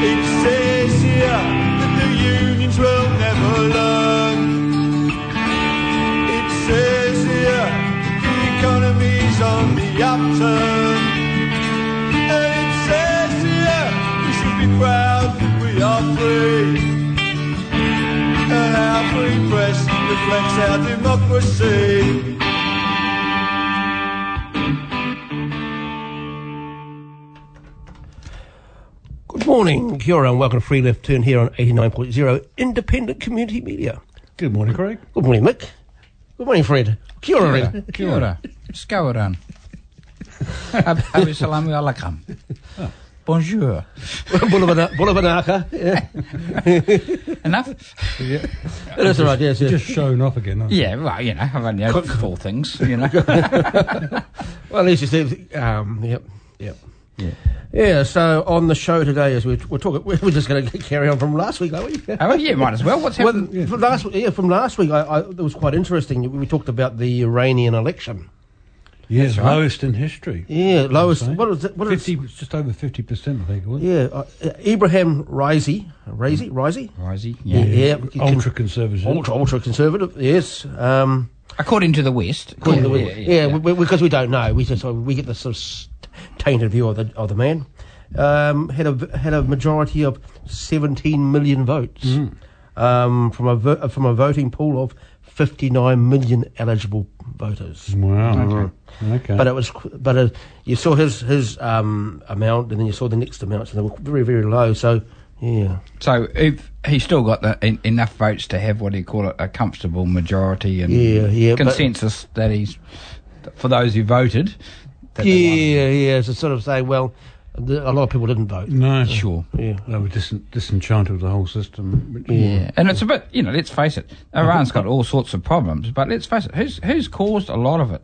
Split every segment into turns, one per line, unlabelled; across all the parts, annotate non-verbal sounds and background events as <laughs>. It says here that the unions will never learn. It says here that the economy's on the upturn. And it says here we should be proud that we are free. And our free press reflects our democracy.
Good morning, kia ora, and welcome to Free Left Turn here on 89.0 Independent Community Media.
Good morning, Craig.
Good morning, Mick. Good morning, Fred. Kia ora, Red.
<laughs> Kia ora.
<laughs>
Skowran. Abu salamu alaikum.
Ah.
Bonjour.
Bulabana- Bulabanaka. Yeah,
Enough?
it is all right, yes, yes.
Just showing off again. aren't you?
Yeah, well, you know, I've only had four things,
<laughs>
you know.
Well, at least it's, there. um, yep, yep. Yeah. yeah, so on the show today, as we're, we're talking, we're just going to <laughs> carry on from last week, aren't we?
oh, yeah, might as well.
<laughs>
What's
Well,
happened?
from last yeah, from last week, I, I, it was quite interesting. We talked about the Iranian election.
Yes, lowest in history.
Yeah, lowest.
Insane.
What was it? What is-
Fifty, just over fifty percent, I think it was.
Yeah, uh, Ibrahim Raisi, Raisi, Raisi.
Risey, yeah.
yeah,
ultra conservative.
ultra ultra conservative. Yes, um,
According to the West.
according to the- yeah,
yeah, yeah.
we- we- because we don't know. We just uh, we get this sort of s- tainted view of the of the man. Um, had a had a majority of 17 million votes um, from a vo- from a voting pool of 59 million eligible voters.
Wow. Okay.
But it was, qu- but uh, you saw his his um, amount, and then you saw the next amounts, and they were very very low. So yeah,
So if he's still got the, en- enough votes to have what do you call it, a comfortable majority and
Yeah, yeah, but-
consensus that he's, for those who voted, that they
yeah, yeah. So sort of say, well, the, a lot of people didn't vote.
no,
won. Sure.
Yeah.
they were dis- disenchanted with the whole system. which-
Yeah, and it's a bit, you know, let's face it, Iran's got all sorts of problems, but let's face it, who's who's caused a lot of it?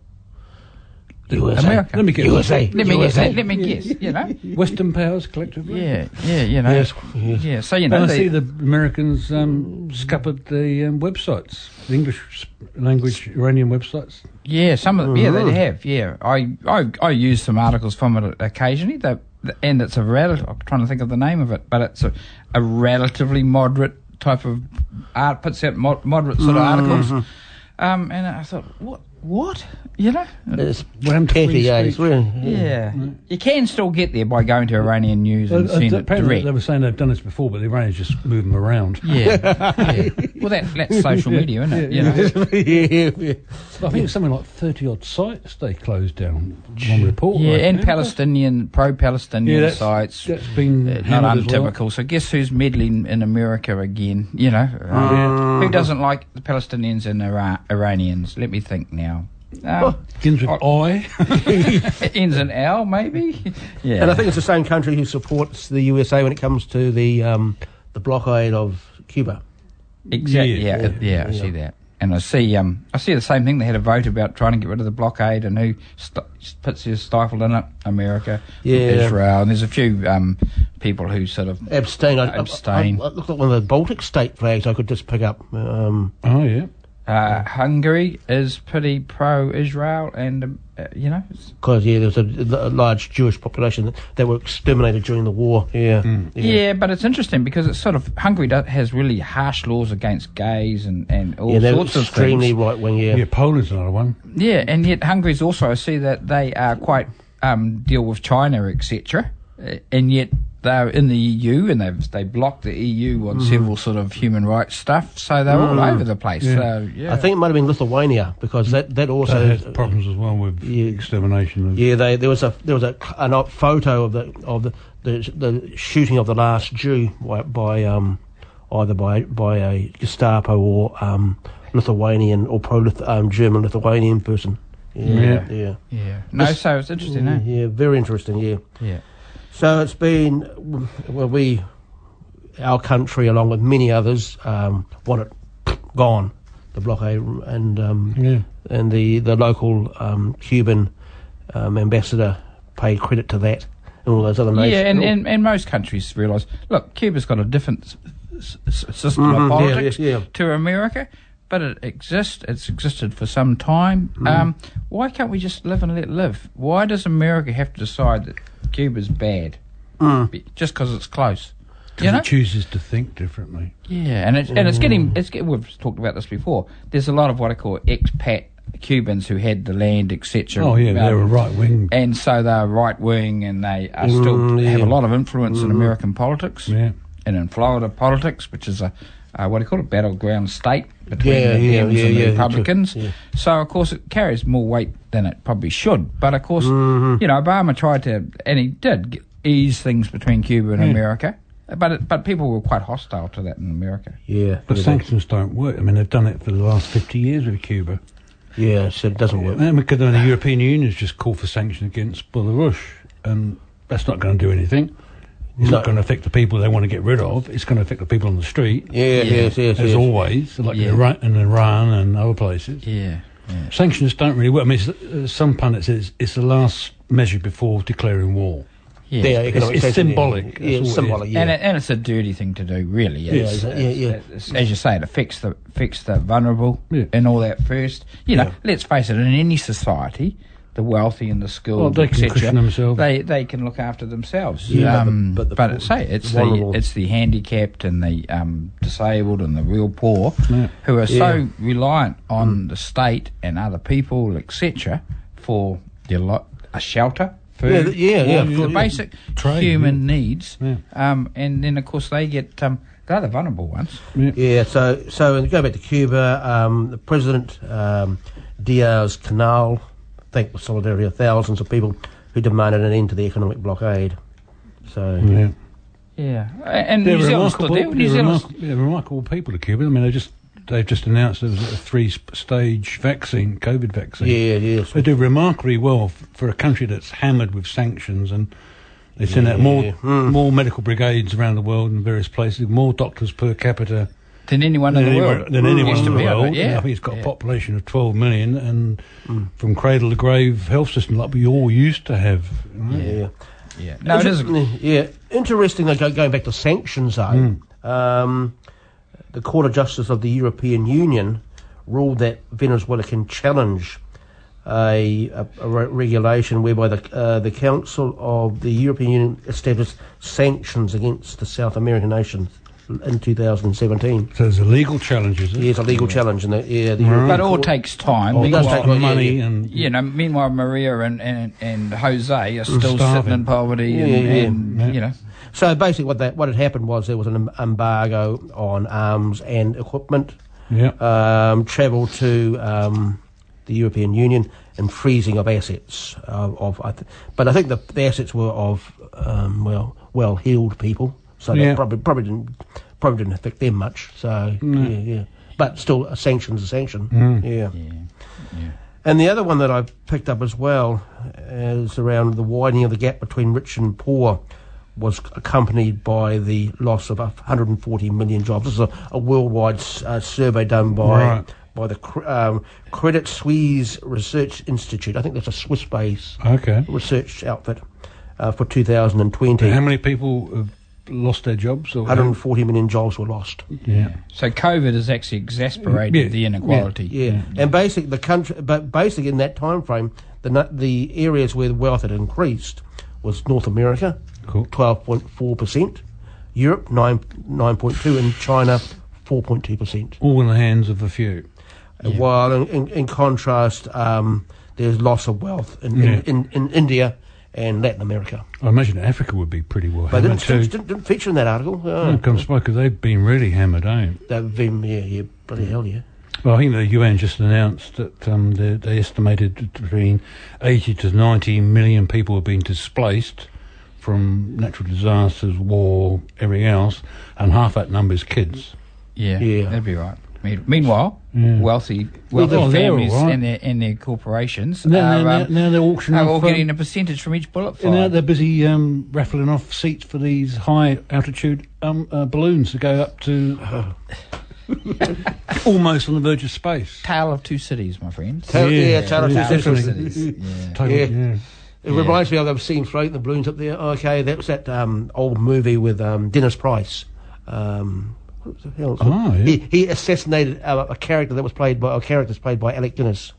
USA.
America.
Let me get
USA.
Let me guess,
USA.
let me guess, you know?
Western powers collectively.
Yeah, yeah, you know.
Yes, yes.
Yeah, so, you
And
know,
I see
they,
the Americans um, scuppered the um, websites, the English language Iranian websites.
yeah, some of the, yeah, they have, yeah. I, I, I use some articles from it occasionally, that, and it's a relative, I'm trying to think of the name of it, but it's a, a relatively moderate type of art, puts out mo- moderate sort of articles. Um, and I thought, what, what, you know?
It's
What happened to
petty,
free
eh?
speech?
It's really-
Yeah. Mm. You can still get there by going to Iranian news and
Uh, uh,
seeing it
apparently
direct.
they were saying they've done this before, but the Iranians just move them around.
<laughs> yeah. yeah. Well, that, that's social media, isn't it? You know?
yeah, <laughs> yeah, yeah.
I think it's something like 30 odd sites they closed down. One report.
Yeah,
right?
and Palestinian, pro-Palestinian
Yeah, that's,
sites.
that's been
uh, not
hammered as well.
untypical. So guess who's meddling in America again? You know, um, who doesn't like the Palestinians and Ira- Iranians? Let me think now. Um,
Begins with I.
it ends in L, maybe. Yeah,
And I think it's the same country who supports the USA when it comes to the um, the blockade of Cuba.
Exactly. Yeah,
Yeah,
yeah, I see that. And I see, um, I see the same thing. They had a vote about trying to get rid of the blockade, and who st- puts their stifled in it? America,
Yeah.
Israel, and there's a few um, people who sort of
Abstain. I, I-
Abstain.
I, I looked at one of the Baltic state flags. I could just pick up. Um,
Oh, yeah.
uh, Hungary is pretty pro-Israel, and um, uh, you know, it's-
because yeah, there was a, a large Jewish population that, that were exterminated during the war. Yeah,
yeah. But it's interesting because it's sort of Hungary does, has really harsh laws against gays and and all
Yeah, they were
sorts of things.
extremely right wing. Yeah.
Yeah, Poland's another one.
Yeah, and yet Hungary's also I see that they are quite um, deal with China, etc. uh, And yet they're in the EU and they've they blocked the EU
Mm-hmm.
on several sort of human rights stuff, so they're all over the place.
Yeah.
So yeah,
I think it might have been Lithuania because that that also
They had problems as well with
uh, Yeah.
extermination of
Yeah, they, there was a there was a an op- photo of the of the, the the shooting of the last Jew by, by um either by by a Gestapo or um Lithuanian or pro um, German Lithuanian person. Yeah, yeah, yeah,
yeah. No,
This-
so it's interesting. eh?
very interesting. Yeah,
Yeah.
so it's been well, we our country along with many others um, want it gone, the blockade and um,
Yeah.
and the, the local um, Cuban um, ambassador paid credit to that and all those other nations.
Yeah, and, and, and most countries realise, look, Cuba's got a different s- s- s- system
Mhm,
of
yeah,
politics
yeah, yeah.
to America, but it exists. It's existed for some time. Um, why can't we just live and let live? Why does America have to decide that Cuba's bad Be- just because it's close? You know?
He chooses to think differently.
Yeah, and it's and it's getting it's get, we've talked about this before. There's a lot of what I call expat Cubans who had the land, etc.
Oh yeah, they're a
Um,
right wing.
and so they're right wing and they are still
Mm,
have a
yeah. Mm-hmm.
lot of influence in American politics
Yeah.
and in Florida politics, which is a uh, what do you call it battleground state between
Yeah,
the
yeah,
Dems
yeah,
and
yeah,
the Republicans.
yeah.
So of course it carries more weight than it probably should. But of course,
Mm-hmm.
you know Obama tried to and he did g- ease things between Cuba and America. But it, but people were quite hostile to that in America.
yeah,
But
yeah,
sanctions don't work. I mean, they've done it for the last 50 years with Cuba.
yeah, so it doesn't work.
And because the European Union's just called for sanction against Belarus, and that's not going to do anything. It's
No.
not going to affect the people they want to get rid of. It's going to affect the people on the street,
Yeah, yes, yes,
as
yes.
always, like
Yeah.
in, Iran, in Iran and other places.
Yeah. yeah.
Sanctions don't really work. I mean, it's, uh, some pundits says it's the last measure before declaring war.
They are
It's-
economic
it's
sanctions, yeah.
symbolic, that's
Yeah,
all it is.
symbolic. Yeah.
And, it, and it's a dirty thing to do, really. It's-
yeah, yeah.
it's- As you say, it affects the affects the vulnerable
Yeah.
and all that first. You know,
Yeah.
let's face it. In any society, the wealthy and the skilled,
Well, they can
etc.,
cushion themselves.
They they can look after themselves.
Yeah, but the-
um,
but the
but
poor-
I say it's
the
the
vulnerable.
it's the handicapped and the um, disabled and the real poor
Yeah.
who are
Yeah. Mm.
so reliant on the state and other people, etc., for their lot a shelter.
Yeah,
Food,
th- yeah, yeah,
water,
of
the
course, yeah.
basic
Trade,
human needs,
Yeah.
um, and then of course they get um, they're the vulnerable ones.
Yeah, so so and go back to Cuba. Um, the president um, Diaz Canal, thank the solidarity of thousands of people who demanded an end to the economic blockade. So
Yeah.
Yeah, and
They're
New Zealand's still
remarkable,
there. New
they're
Zealand's
remarkable- they're remarkable people, the Cuban. I mean, they just they've just announced it was a three-stage vaccine, COVID vaccine.
yeah, yes,
They do remarkably well f- for a country that's hammered with sanctions, and they send out more
Yeah. Hmm.
more medical brigades around the world in various places, more doctors per capita
than anyone
than
in the
anyone,
world.
than anyone
Used
in
to
the
be, I bet,
world.
yeah.
I think it's got
Yeah.
a population of 12 million, and from cradle to grave health system like we all used to have. right?
yeah.
Yeah. No, it is. a-
Yeah, interesting. Though, go- going back to sanctions, though,
Hmm.
um, the Court of Justice of the European Union ruled that Venezuela can challenge a, a, a re- regulation whereby the uh, the Council of the European Union established sanctions against the South American nations in 2017.
So there's a legal challenge, is it?
Yeah, it's a legal challenge, in the, yeah, the European
Hmm. But it all
Court-
takes time.
Oh,
It does
because,
take- yeah,
money
yeah.
and
you know, meanwhile Maria and, and, and Jose are still sitting
starving.
in poverty,
Yeah,
and,
yeah, yeah.
and you know,
So basically, what that what had happened was there was an em- embargo on arms and equipment.
yeah.
um, travel to um, the European Union and freezing of assets. Uh, of I th- but I think the, the assets were of um, well well heeled people, so
Yeah.
that probably probably didn't probably didn't affect them much. So yeah, yeah. But still, a sanction's a sanction. Yeah. And the other one that I picked up as well is around the widening of the gap between rich and poor was accompanied by the loss of 140 million jobs. This is a, a worldwide uh, survey done by
Right.
by the cr- um, Credit Suisse Research Institute. I think that's a Swiss based
Okay.
research outfit uh, for 2020.
How many people have lost their jobs? Or
140 million jobs were lost.
Yeah.
so COVID has actually exacerbated
Yeah,
the
yeah.
inequality.
Yeah, and basically the country, but basically in that time frame, the nu- the areas where the wealth had increased was North America,
Cool.
twelve point four percent, Europe nine nine point two, and China four point two percent.
All in the hands of a few.
While in, in, in contrast, um, there's loss of wealth in,
Yeah.
in, in, in India and Latin America.
I imagine Africa would be pretty well
But
hammered
didn't,
too.
didn't, didn't feature in that article. Oh,
Oh, come spoke, they've been really hammered, eh?
They've been, yeah, yeah, bloody hell, yeah.
Well, I think the UN just announced that um, they, they estimated between 80 to 90 million people have been displaced from natural disasters, war, everything else, and half that number is kids.
Yeah,
Yeah.
that'd be right. Mean- Meanwhile, wealthy,
Well,
wealthy
they're all
families
right.
and their and their corporations
And then
are,
they're,
um,
now they're auctioning
are
off.
all
um,
getting a percentage from each bullet
and now
fire.
they're busy um, raffling off seats for these high altitude um, uh, balloons to go
<laughs>
up to almost on the verge of space.
Tale of two cities, my friends.
Ta- yeah,
Yeah,
Tara
yeah,
Tuesday.
definitely.
Yeah.
Totally,
Yeah.
yeah.
It reminds me of them scenes floating the balloons up there. Okay, that was that um, old movie with um, Dennis Price. Um, what the hell? is it?
Ah, yeah.
he, he assassinated a, a character that was played by a character's played by Alec Guinness.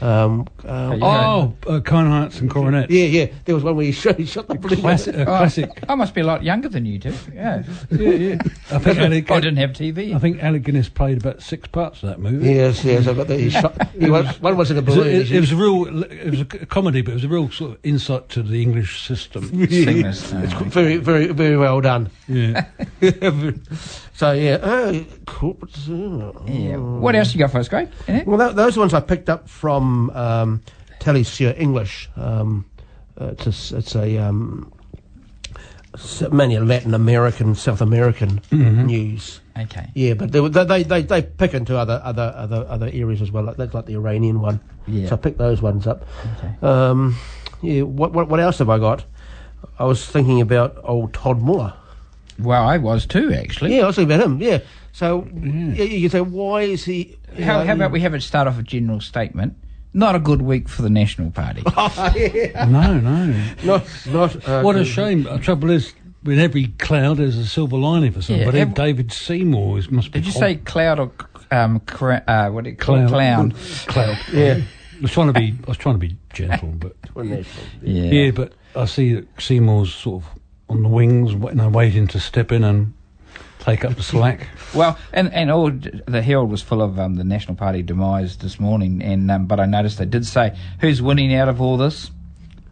Um, um,
Yeah.
Oh, uh, Kind Hearts and Coronets.
yeah, yeah. There was one where he <laughs> shot, he shot the balloon.
Classic. Uh,
Oh,
classic.
I must be a lot younger than you two.
<laughs>
Yeah,
yeah, yeah. I think
<laughs>
Alec,
I didn't have
I
TV.
think Alec Guinness played about six parts of that movie.
Yes, yes. I got that. He shot. He was, one was in a
It was,
balloon.
a, it,
He-
it was a real, it was a c- comedy, but it was a real sort of insight to the
<laughs>
English system.
Sing
<laughs>
this.
It's qu- very, very, very well done.
<laughs>
Yeah.
so yeah, uh, corporate. uh,
Yeah. What else you got for us, Greg? Anything?
Well, tho- those ones I picked up from um, Telly Sir English. Um, uh, it's a, s- it's a um, s- mainly a Latin American, South American news.
Mm-hmm. Okay.
Yeah, but they, were- they- they they they pick into other other other other areas as well. Like, that's like the Iranian one.
Yeah.
So I picked those ones up.
Okay.
Um, yeah. What, what what else have I got? I was thinking about old Todd Muller.
Well, I was too, actually.
Yeah, I was thinking about him. Yeah. So yeah, you can say why is he? um, you
Mm. How,
know,
how about we have it start off a general statement? Not a good week for the National
<laughs>
Party.
No, no.
not not uh,
What a shame. The trouble is, with every cloud, there's a silver lining for somebody.
ev-
David Seymour is, must be.
Did you
hot.
say cloud or um, cra- uh, what do you call it? Clown.
Cloud.
<laughs> Yeah.
I was trying to be. I was trying to be gentle,
<laughs>
but
Wouldn't it?
Yeah.
yeah. But I see that Seymour's sort of on the wings, wa- you know, waiting to step in and take up the slack.
Well, and and all the Herald was full of um, the National Party demise this morning, and um, but I noticed they did say who's winning out of all this?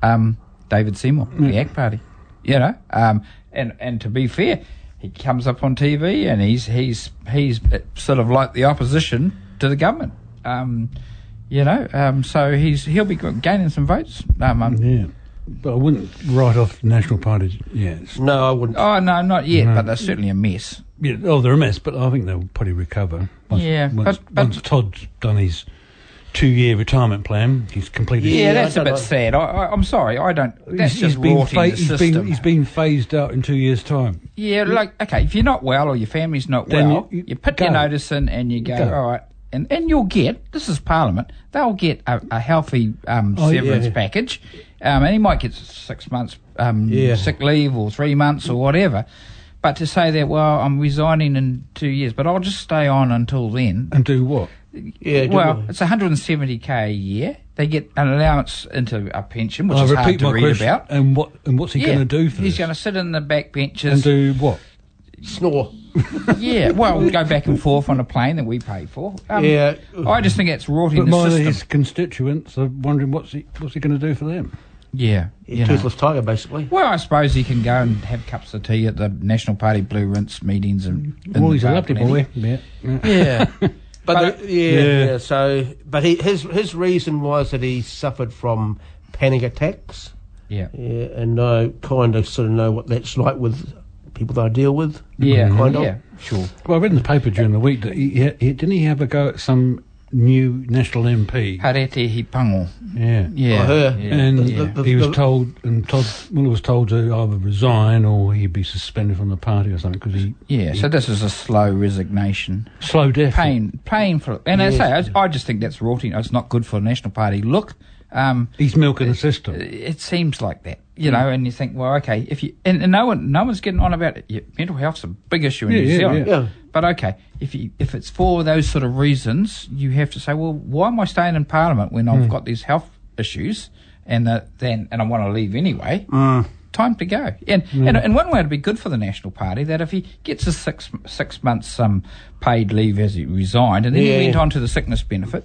Um, David Seymour, the ACT Party. You know, um, and and to be fair, he comes up on TV and he's he's he's uh, sort of like the opposition to the government. Um, you know, um, so he's he'll be gaining some votes. Um, um,
Yeah. But I wouldn't write off the National Party. Yeah. It's,
No, I wouldn't.
Oh no, not yet, but they're certainly a mess.
yeah. Oh, they're a mess, but I think they'll probably recover. Once,
Yeah,
Once,
but- but-
once Todd's done his two-year retirement plan, he's completed.
Yeah,
Yeah,
that's
I don't
a bit
know.
sad. I, I, I'm sorry, I don't. That's
He's,
just
he's been
rotting
fa-
the
he's
system.
been he's been phased out in two years' time.
Yeah, like okay, if you're not well or your family's not
Then
well,
you-
you,
you
put your
go.
notice in and you go,
Go.
all right, and and you'll get this is Parliament. They'll get a, a healthy um,
Oh, yeah.
severance package, um, and he might get six months um,
Yeah.
sick leave or three months or whatever. But to say that, well, I'm resigning in two years, but I'll just stay on until then.
And do what?
Yeah, do
Well,
it.
it's 170k a year. They get an allowance into a pension, which
I
is hard
repeat
to
my
read
question.
about.
And what? And what's he
Yeah,
going to do for
he's
this?
going to sit in the back benches
and do what?
snore.
Yeah, well, we go back and forth on a plane that we pay for. Um,
Yeah.
I just think it's rotting
But
the
my
system.
his constituents are wondering what's he what's he going to do for them.
Yeah, you know.
Toothless tiger, basically.
Well, I suppose he can go and have cups of tea at the National Party Blue Rinse meetings and. in
Well,
the
he's a lovely
balcony.
boy. Yeah. yeah.
Yeah. but
But-
the- yeah,
Yeah.
yeah, So, but he, his his reason was that he suffered from panic attacks.
Yeah,
Yeah, and I kind of sort of know what that's like with people that I deal with.
yeah,
Kind of.
yeah, sure.
Well, I read in the paper during the week that he, he, he- didn't he have a go at some new national MP.
Harete hipango.
Yeah.
Yeah,
I hear.
yeah.
And
The- the-
he was
the-
told, and Todd Muller was told to either resign or he'd be suspended from the party or something because he
yeah. So this is a slow resignation.
slow death.
pain, pain for, and I say, I, I just think that's rotting. It's not good for the National Party. Look, um,
He's milking the system. Hmm.
it seems like that, you know. And you think, well, okay, if you and, and no one, no one's getting on about it. Yeah, mental health's a big issue in
Yeah,
New
yeah,
Zealand.
yeah. Yeah.
But okay, if you if it's for those sort of reasons, you have to say, well, why am I staying in Parliament when
Hmm.
I've got these health issues and the, then and I want to leave anyway?
Hmm.
Time to go. And, and and one way it'd be good for the National Party that if he gets his six six months um, paid leave as he resigned and then
Yeah,
he went
yeah.
on to the sickness benefit.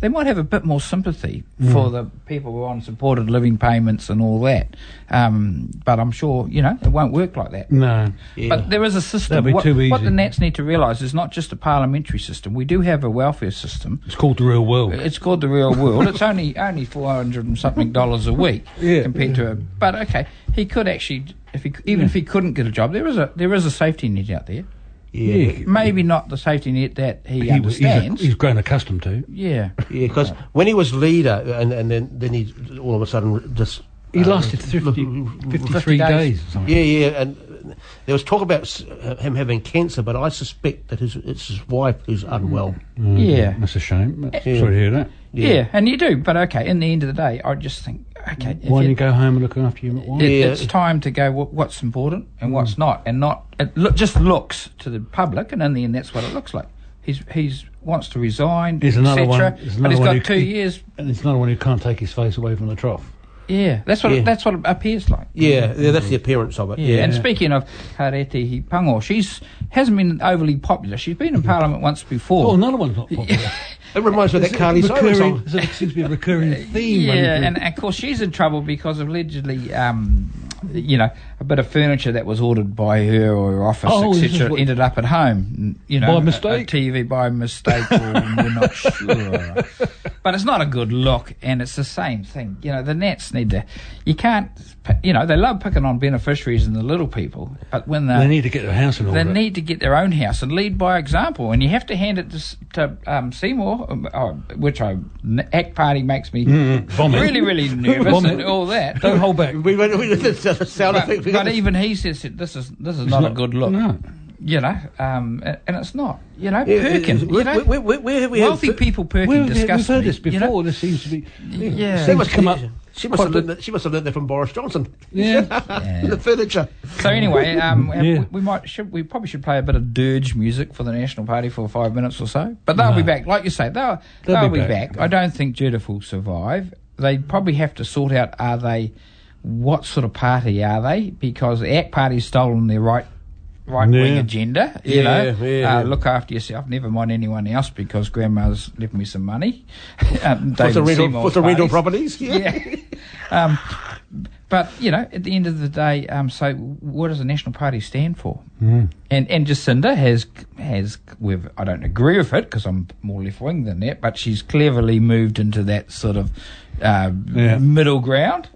they might have a bit more sympathy
Hmm.
for the people who are on supported living payments and all that. Um, but I'm sure, you know, it won't work like that.
No.
But there is a system.
Hmm. That'd be
what,
too
what
easy.
the Nats need to realise is not just a parliamentary system. We do have a welfare system.
It's called the real world.
It's called the real world. it's only only four hundred and something dollars a week
<laughs> Yeah.
compared to a. But okay, he could actually, if he even if he couldn't get a job, there is a there is a safety net out there.
Yeah,
Yeah.
yeah,
Maybe not the safety net that he,
He was- he's a-
understands.
he's grown accustomed to.
yeah,
Because when he was leader, and, and then then he all of a sudden just
He
uh,
lasted 50,
look-
53
days.
days. or something.
Yeah, yeah, and there was talk about s- him having cancer, but I suspect that his, it's his wife who's unwell.
Hmm.
yeah.
That's a shame. Sorry to hear that.
yeah, and you do. But okay, in the end of the day, I just think okay. if
Why
you-
don't you go home and look after him at once?
It,
Yeah.
It's time to go. wh- What's important and what's
Mm.
not, and not it look, just looks to the public, and in the end, that's what it looks like. He's he's wants to resign,
There's another
etc.
one-
But
there's
he's
another one
got
who-
two years.
And it's another one who can't take his face away from the trough.
Yeah, that's what
Yeah.
It, that's what it appears like.
Yeah, yeah, that's the appearance of it.
Yeah.
Yeah,
And speaking of Hareti Pango, she's hasn't been overly popular. She's been in Parliament once before.
Mm-hmm. Oh, another one's not popular.
it reminds me of that Carly Simon
recurring,
song.
so it seems to be a recurring theme.
<laughs>
running
Yeah,
through.
and of course she's in trouble because of allegedly, um, you know, a bit of furniture that was ordered by her or her office,
Oh, this is
etc.,
what-
ended up at home. You know,
By
a- a
mistake?
TV by mistake, or we're
<laughs>
not sure. But it's not a good look, and it's the same thing. You know, the Nets need to. You can't. You know, they love picking on beneficiaries and the little people, but when
they need to get their house in order.
they uh, need to get their own house and lead by example. And you have to hand it to, S- to um, Seymour, um, uh, which I n- ACT Party makes me
Mm-hmm. vomit.
really,
<laughs>
really nervous
Vomit.
and all that.
Don't hold
<laughs>
back.
We went with the sound
But,
effect. we
but
got the-
even he says that this is this is not, a good look.
No.
You know, um, a- and it's not. You know,
Yeah,
Perkin.
we-
you know,
we- we- we- we have-
wealthy people Perkin
We've, we've
disgust
heard
me,
this before.
you know?
This seems to be.
She
Yeah. They
seems
must
to come up.
She must have
quite-
learned that. She must have learned that from Boris Johnson. <laughs>
Yeah.
the furniture.
So anyway, um,
Yeah.
we, we might should we probably should play a bit of dirge music for the National Party for five minutes or so. But they'll be back, like you say, they'll
They'll
they'll,
be
be,
back.
back. I don't think Judith will survive. They probably have to sort out are they what sort of party are they because the ACT Party's stolen their right right wing
Yeah.
agenda.
Yeah,
You know,
yeah.
Uh, look after yourself. Never mind anyone else because grandma's left me some money. <laughs> um,
What's the
David
rental?
Seymour's
What's the rental
parties
properties?
<laughs> yeah. um, but you know, at the end of the day, um, so what does the National Party stand for?
Hmm.
Mm. And and Jacinda has has with I don't agree with it because I'm more left wing than that, but she's cleverly moved into that sort of uh,
Yeah.
middle ground,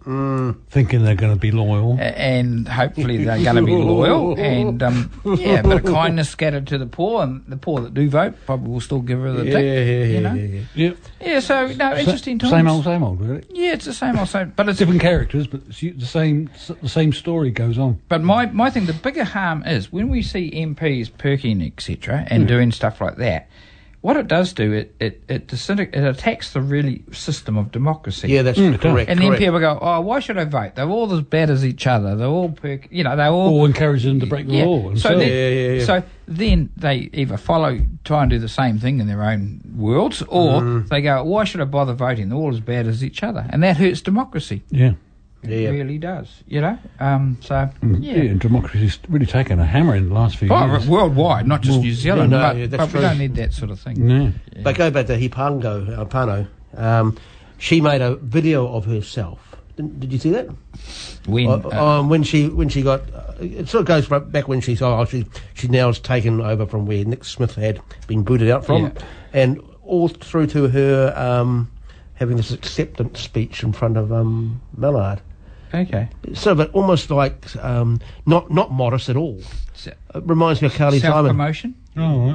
Thinking they're going to be loyal.
a- and hopefully they're going to be loyal and um, yeah, a bit of kindness scattered to the poor, and the poor that do vote probably will still give her the
yeah,
tick,
yeah, yeah,
you
yeah,
know.
yeah, yeah.
Yep.
Yeah, so no, interesting times.
Same old, same old, really.
Yeah, it's the same old same, but it's
Different characters, but it's u- the same. s- The same story goes on.
But my, my thing, the bigger harm is when we see MPs perking, etc.,
Hmm.
and doing stuff like that, what it does do, it, it, it, disintegr- it attacks the really system of democracy.
Yeah, that's
Mm,
correct.
and then
correct.
people go, oh, why should I vote? They're all as bad as each other. They're all perk, you know, they're all.
Or encourage them to break the
Yeah.
law.
So,
themselves.
then,
Yeah, yeah, yeah.
so then they either follow, try and do the same thing in their own worlds, or
Hmm.
they go, why should I bother voting? They're all as bad as each other. And that hurts democracy.
yeah.
Yeah. Hmm.
It really does, you know? Um, so,
Yeah. democracy's really taken a hammer in the last few
Oh,
years.
worldwide, not just
Well,
New Zealand.
no,
but
yeah, that's
but
true.
we don't need that sort of thing.
No.
But go back to Hipango, uh, Pano. Um, she made a video of herself. Didn't- Did you see that?
When,
Uh,
uh,
um, when she when she got uh, it sort of goes right back when she's oh she she now's taken over from where Nick Smith had been booted out from,
Yeah.
and all through to her um, having this acceptance speech in front of um, Mallard. uh,
okay.
So, but almost like um, not not modest at all. It reminds me of Carly
Self
Simon, <laughs>
promotion?
Oh,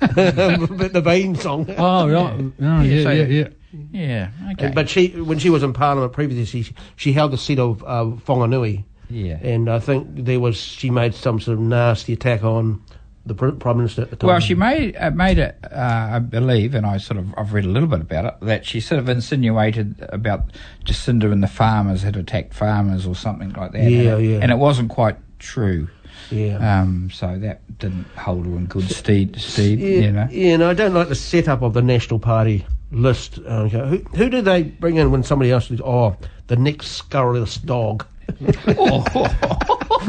right.
but the Vane song.
Oh, right. Oh, yeah,
so-
yeah, yeah.
Yeah, okay.
But she, when she was in Parliament previously, she, she held the seat of uh, Whanganui,
yeah.
and I think there was she made some sort of nasty attack on the pr- Prime Minister at the time.
well, she made uh, made it. Uh, I believe, and I sort of I've read a little bit about it. That she sort of insinuated about Jacinda and the farmers had attacked farmers or something like that.
Yeah,
and it,
yeah.
And it wasn't quite true.
yeah.
Um, so that didn't hold her in good stead. Steed,
yeah,
you know. <laughs>
yeah, and I don't like the setup of the National Party list. Uh, okay, who, who do they bring in when somebody else is, oh, the next scurrilous dog? <laughs>
oh,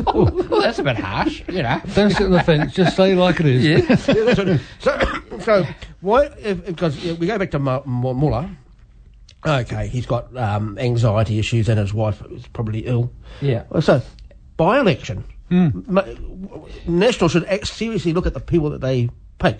<laughs> well, that's a bit harsh, you know.
<laughs>
Don't sit on the fence. Just say like it
<laughs>
is.
Yeah.
Yeah, that's what- <coughs> so, so Why? If, because if we go back to Mu- Mu- Muller. Okay, he's got um, anxiety issues, and his wife is probably ill.
Yeah.
Well, So, by election,
Hmm.
ma- National should act seriously look at the people that they pick.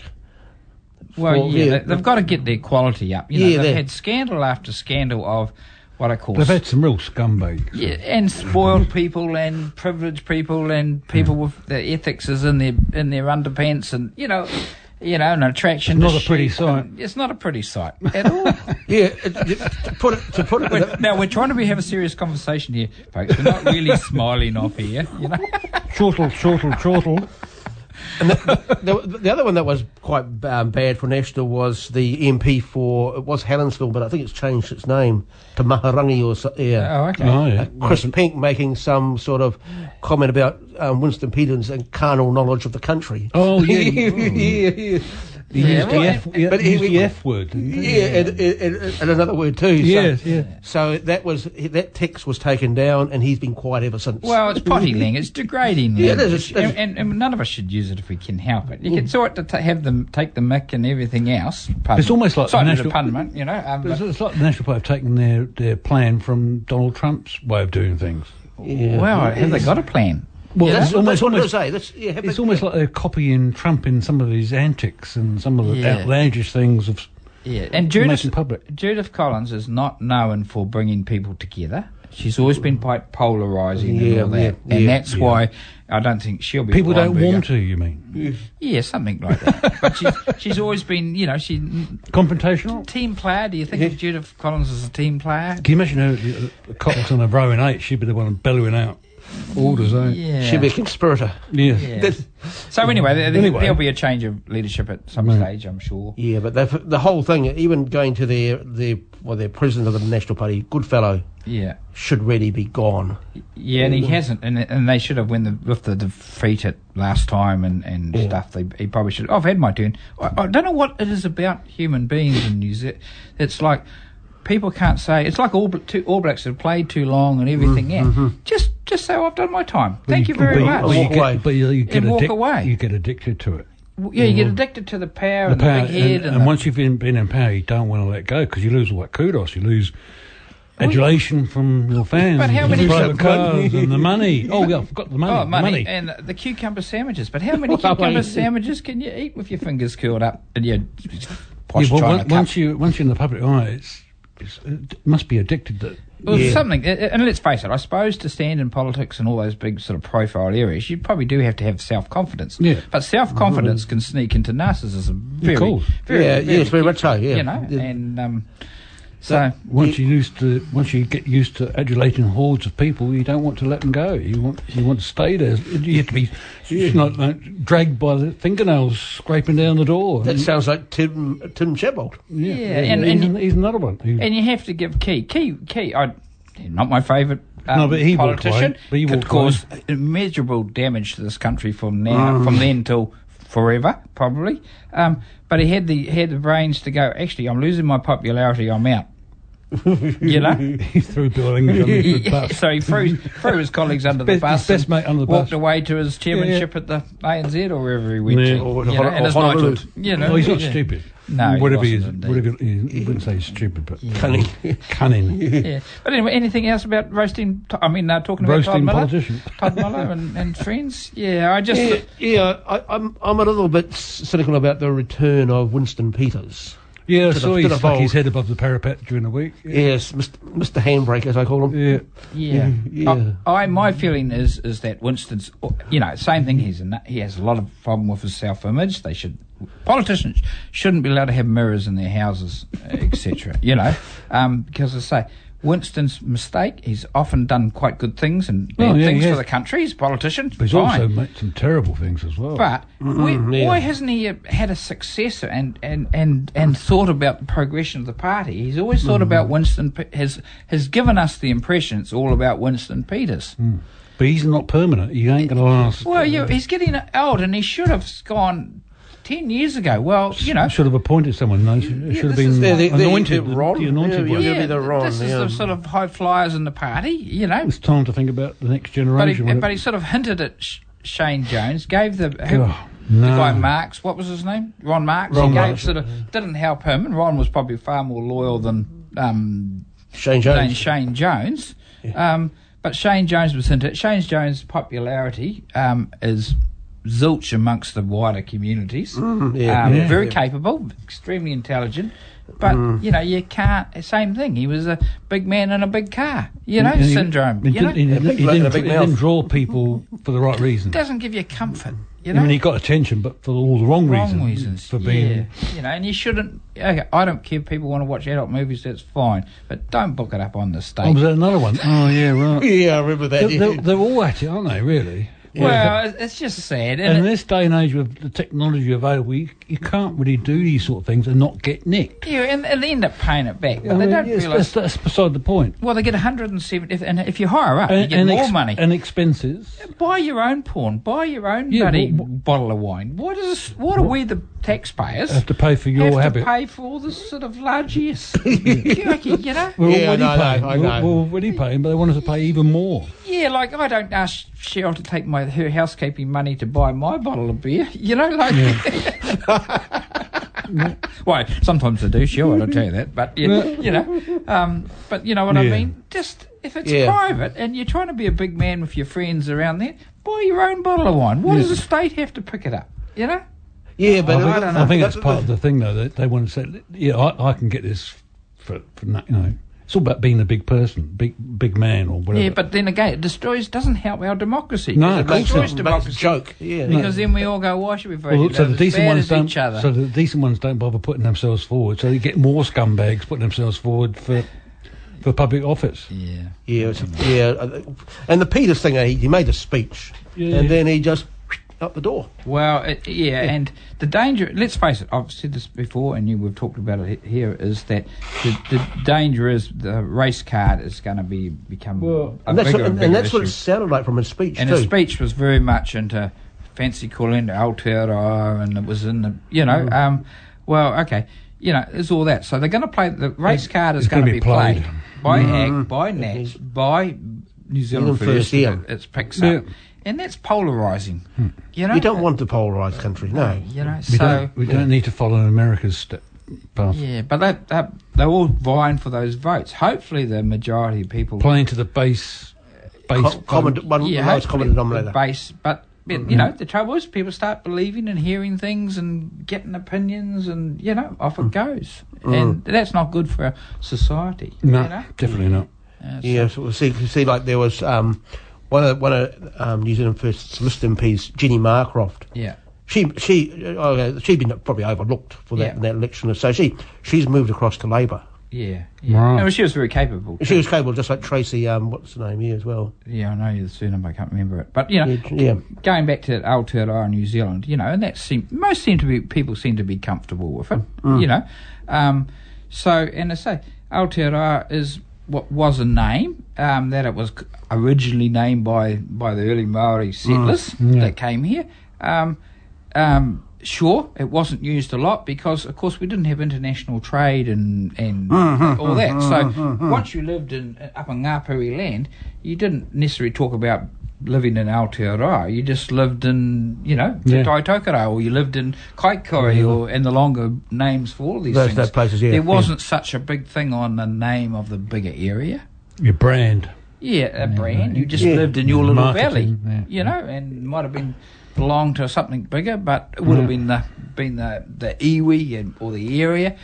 Well,
Well,
yeah,
yeah.
they- they've got to get their quality up. You know,
Yeah,
they've
they-
had scandal after scandal of what I call
They've had some real scumbags.
Yeah, and spoiled people and privileged people and people with their ethics is in their in their underpants and you know, you know, an attraction.
Not
to
a pretty
sheep
sight.
and- It's not a pretty sight at
<laughs>
all.
Yeah,
uh,
it- it- <laughs> to put it to put it.
We're- now we're trying to be, have a serious conversation here, folks. We're not really smiling off here, you know.
Chortle, chortle, chortle.
the, the other one that was quite um, bad for National was the MP for it was Helensville, but I think it's changed its name to Maharangi or so, yeah. Uh,
Oh, okay.
Oh, yeah.
Chris Pink making some sort of comment about um, Winston Peters and carnal knowledge of the country.
Oh,
<laughs>
yeah.
yeah, yeah.
He used
well,
the F, yeah,
but
he
he-
used
we-
the F word. didn't he?
Yeah, and, and, and another word too.
Yes,
so,
yeah.
So that was that text was taken down, and he's been quiet ever since.
Well, it's potty ling. It's degrading.
Yeah, it
language.
is, it's-
and, and, and none of us should use it if we can help it. You can sort to ta have them take the mick and everything else. Pardon.
It's almost like the
Sorry,
national-
pardon, you know. Um,
It's, it's like the National Party have taken their, their plan from Donald Trump's way of doing things.
yeah.
Wow, have they got a plan?
Well,
Yeah, that's,
it's almost,
that's what I
almost,
say. That's, yeah, have
it's
a-
almost like they're copying Trump in some of his antics and some of the
Yeah.
outlandish things of
Yeah, and Judith,
making public.
Judith Collins is not known for bringing people together. She's always been quite polarising and
Yeah,
all that,
yeah,
and
yeah,
that's why I don't think she'll be.
People don't
Weinberger.
want to, you mean?
Yeah, something like that. but she's she's always been, you know, she
Confrontational?
team player. Do you think of Judith Collins as a team player?
Can you imagine her, the cops on a row in eight? She'd be the one bellowing out orders, eh?
Yeah.
should be a conspirator.
Yes.
Yeah. So anyway, there, there,
Anyway.
will be a change of leadership at some
Mm.
stage, I'm sure.
Yeah, but they've- the whole thing, even going to their their well, their president of the National Party, Goodfellow,
Yeah,
should really be gone.
yeah, and he hasn't, and and they should have when the with the defeat at last time and and stuff. They he probably should. I've had my turn. I, I don't know what it is about human beings in New Zealand. It's like people can't say it's like all Bla- two, All Blacks have played too long and everything. Yeah, just just say I've done my time. Thank you very
but
much.
but Mm-hmm. you
Walk
get,
away.
But you, you get
And walk
addic-
away.
You get addicted to it.
Well, yeah, you get addicted to the power and
power,
the big head
and,
and,
and
the-
once you've been, been in power, you don't want to let go because you lose all that kudos. You lose adulation from your fans,
But how
and
many-
the private cars, and
<laughs>
the money. Oh, yeah, I forgot the money.
Oh,
the
money,
money.
and the cucumber sandwiches. But
<laughs>
how many
Well, I
cucumber
mean-
sandwiches can you eat with your fingers curled up and your posh
Yeah, well,
China
on-
cup?
once you once you're in the public eye, it's, it's it must be addicted to.
Well, something. uh, uh, And let's face it, I suppose to stand in politics and all those big sort of profile areas, you probably do have to have self confidence.
Yeah.
But self confidence can sneak into narcissism. Very,
course.
Very,
yeah, yes, very much so. Yeah,
You know,
Yeah.
and um, so.
Once you used to, once you get used to adulating hordes of people, you don't want to let them go. You want, you want to stay there. You have to be it's not like, dragged by the fingernails, scraping down the door.
that
And-
sounds like Tim Tim Shepard.
yeah,
Yeah, and-
he's,
and-
an- he's another one. He-
And you have to give Key. Key, Key, I, not my favourite um,
No, but he walked
politician.
away. But he
could
walked
cause immeasurable damage to this country from now,
Oh.
from then till forever, probably. Um, but he had the had the brains to go. Actually, I'm losing my popularity. I'm
<laughs>
out. you know.
he threw Bill English
<laughs>
under the bus.
so he threw, threw his colleagues under the
Best-
bus.
his best
and
mate under the
walked
bus.
away to his chairmanship at the ANZ or wherever he went
Yeah.
to.
Or
you know,
Hon-
and
or
his
Honolulu.
knighthood, You know,
No, Oh, he's not
Yeah.
stupid.
No, he
whatever he is,
wasn't indeed.
whatever he, he wouldn't say he's stupid, but cunning, <laughs> cunning,
Yeah. But anyway, anything else about roasting? T- I mean, uh, talking about Todd
roasting
Muller, <laughs>
politician.
Todd Muller and, and friends. Yeah, I just
Yeah, yeah I, I'm I'm a little bit cynical about the return of Winston Peters.
Yeah, I
To the- to
saw he
the
stuck
fold.
his head above the parapet during the week. Yeah.
Yes, Mr. Mr. Handbrake, as I call him.
yeah.
yeah.
Yeah, yeah.
I, I my feeling is is that Winston's you know same thing. He's a, nut- he has a lot of problem with his self image. They should politicians shouldn't be allowed to have mirrors in their houses, etc. you know, um, because as I say. Winston's mistake. He's often done quite good things and bad
Oh, yeah,
things
he
for
has.
the country. He's a politician.
But he's
fine.
also made some terrible things as well.
But why-
Mm-hmm. yeah.
why hasn't he uh, had a successor and, and, and, and thought about the progression of the party? He's always thought
Mm-hmm.
about Winston. Pe- Has has given us the impression it's all about Winston Peters.
Mm.
But he's not permanent. He ain't going to last.
Well, you, he's getting old, and he should have gone ten years ago. Well, you know,
should have appointed someone. No, should, should have
this is-
been
They're-
they're- they're-
anointed.
they're wrong.
The anointed
Yeah,
one.
yeah.
yeah,
be the wrong,
this is
yeah.
the sort of high flyers in the party. You know,
It's time to think about the next
but
generation.
he,
whatever.
but he sort of hinted at Sh- Shane Jones, gave the who,
Oh. No.
The guy Marks, what was his name? Ron Marks.
Ron
he gave
Marks.
sort of didn't help him, and Ron was probably far more loyal than um,
Shane
than
Jones.
Shane Jones. Um, but Shane Jones was into it. Shane Jones' popularity um, is zilch amongst the wider communities.
yeah,
um,
Mm, yeah, Mm.
very
yeah.
capable, extremely intelligent. But you know, you can't. Same thing. He was a big man in a big car. You know,
And he-
syndrome.
He,
you know,
didn't, he didn't-
A big
he
bloke and a
didn't-
big
he didn't
mouth.
draw people for the right reasons.
doesn't give you comfort. You
I
know,
mean, he got attention, but for all the wrong,
wrong reasons
For being
yeah. you know, and you shouldn't. Okay, I don't care. if People want to watch adult movies. That's fine, but don't book it up on the
Oh,
stage.
was that another one? Oh, yeah, right.
Yeah, I remember that.
<laughs> they're,
yeah.
they're, they're all at it, aren't they, really?
Well, it's- it's just sad. isn't
In
it?
this day and age with the technology available, you, you can't really do these sort of things and not get nicked.
Yeah, and, and they end up paying it back, but
I
they
mean,
don't
it's-
realise.
that's, that's beside the point.
Well, they get 170, if- and if you hire up, you
And,
get
and
more
ex-
money.
and expenses.
buy your own porn, buy your own
Yeah,
bloody
wh- wh-
bottle of wine. Why does? What are we, the taxpayers,
Have to pay for your
have to
habit.
pay for all this sort of
<laughs>
largesse? Crikey, you know.
We're
Yeah,
already
I know, I
paying.
know, I
We're-
know.
We're already paying, but they want us to pay even more.
Yeah, like I don't ask Cheryl to take my her housekeeping money to buy my bottle of beer. <laughs> You know, like. <laughs> Why? Sometimes I do, sure, I'll tell you that. But you, you know, um, but you know what I
Yeah.
mean. Just if it's
Yeah.
private and you're trying to be a big man with your friends around there, buy your own bottle of wine. What does the state have to pick it up? You know.
yeah, but
I,
I don't
think,
know.
I think
But-
that's part of the thing, though. That they want to say, "Yeah, I, I can get this for, for no- you know." It's all about being a big person, big big man, or whatever.
Yeah, but then again, it destroys doesn't help our democracy.
No,
it
of course
destroys
not.
That's a
democracy
joke. Yeah.
because then we all go, why should we vote
Well, so the decent ones
as
don't.
each other?
So the decent ones don't bother putting themselves forward. So they get more scumbags putting themselves forward for for public office.
yeah.
Yeah, it's, yeah. uh, And the Peters thing, uh, he, he made a speech,
Yeah,
and
yeah.
then he just up the door.
Well, it, yeah, and the danger, let's face it, I've said this before and you, we've talked about it he- here, is that the, the danger is the race card is going to be become a
And that's,
bigger
what, and,
bigger
that's what it
issue.
sounded like from his speech
And
too.
his speech was very much into fancy calling to Aotearoa and it was in the, you know,
Mm.
um, well, okay, you know, it's all that. So they're going to play, the race card is
it's
going to
gonna be
be played,
played.
by
Mm.
ACT, by NAT, by New Zealand
First,
First,
yeah. Hmm.
it- it's picks
Yeah.
up. And that's polarising, you know.
you don't want a polarised country, no.
you know,
We
so
don't. We don't need to follow America's step path.
yeah, but that, that they're all vying for those votes. Hopefully, the majority of people.
Playing to the base. Base.
Co- common, one
yeah,
the lowest
hopefully
common
the
denominator. Mm-hmm.
Base, but but, you know, the trouble is people start believing and hearing things and getting opinions, and you know, off
Mm.
it goes,
Mm.
and that's not good for society.
no,
you know?
definitely not.
Uh, so-
Yeah, so we see, we see, like there was um, one of one of um, New Zealand First Solicitor MPs, Jenny Marcroft.
yeah.
She she uh, uh, she'd been probably overlooked for that
Yeah.
in that election, so she she's moved across to Labour.
Yeah, yeah.
Right.
No, she was very capable.
She was capable, just like Tracy. Um, what's her name here as well?
Yeah, I know the surname, I can't remember it. But, you know,
Yeah, yeah.
going back to Aotearoa, New Zealand, you know, and that seem, most seem to be, people seem to be comfortable with it, you know. Um, so, and I say, Aotearoa is what was a name, um, that it was c- originally named by, by the early Maori settlers that came here. Um, um, sure, it wasn't used a lot because, of course, we didn't have international trade and and
Mm-hmm.
all that. so once you lived in uh, up in Ngāpuri land, you didn't necessarily talk about living in Aotearoa. You just lived in you know the
Yeah.
Taitokera, or you lived in Kaikori, or and the longer names for all these
Mm-hmm. Those-
things.
those places, yeah,
there
yeah.
wasn't such a big thing on the name of the bigger area.
Your brand.
Yeah, a brand. You just
Yeah.
lived in your little
Marketing,
valley,
yeah.
you know, and might have been belonged to something bigger, but it would have been the been the the iwi and or the area.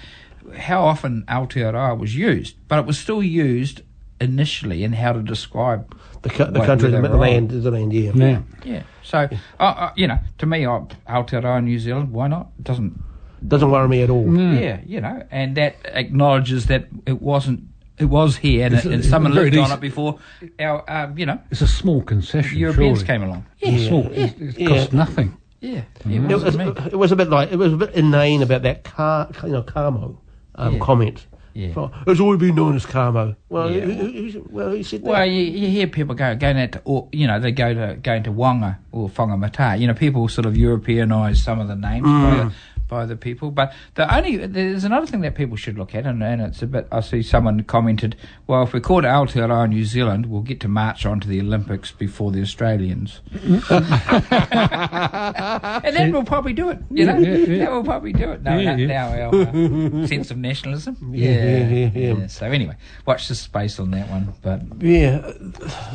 How often Aotearoa was used, but it was still used initially in how to describe
The, co- the
Wait,
country, the,
where they
the
were
land, the land. Yeah,
Yeah.
Yeah, so uh, uh, you know, to me, uh, Aotearoa New Zealand, why not? It doesn't
doesn't worry me at all.
Hmm.
yeah, you know, and that acknowledges that it wasn't. It was here, and,
It's
it,
a-
and
it's
someone
very
lived on
decent-
it before our, um, you know,
It's a small concession.
Europeans
surely.
came along.
It's small. It, it
Yeah.
costs nothing.
Yeah, it
It was,
wasn't me.
it was a bit like it was a bit inane about that car, you know, Carmo um,
Yeah.
comment.
Yeah.
Well, It's always been known as Carmo. Well,
Yeah.
who, who- who- well, he said that.
Well, you, you hear people go going out to, or, you know, they go to going to Wanga or Whangamata. You know, people sort of Europeanise some of the names by, by the people. But the only there's another thing that people should look at, and, and it's a bit. I see someone commented, "Well, if we call it Aotearoa New Zealand, we'll get to march on to the Olympics before the Australians." and then we'll probably do it. You know,
Yeah, yeah, yeah.
that will probably do it. No,
Yeah,
no,
yeah.
now our uh, sense of nationalism.
Yeah, yeah, yeah, yeah.
So anyway, watch the space on that one. But
Yeah, uh,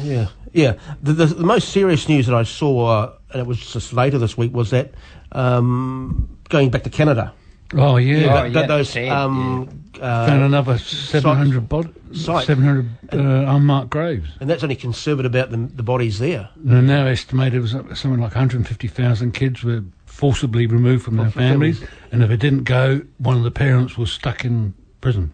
yeah, yeah. The, the, the most serious news that I saw, uh, and it was just later this week, was that um, going back to Canada,
Oh
Yeah.
yeah,
that,
yeah,
that those
sad,
um,
found
uh,
another seven hundred bod-
Site.
seven hundred uh, unmarked graves,
and that's only conservative about the, the bodies there.
and are now estimated it was something like one hundred fifty thousand kids were forcibly removed from their
families.
families, and if it didn't go, one of the parents was stuck in prison.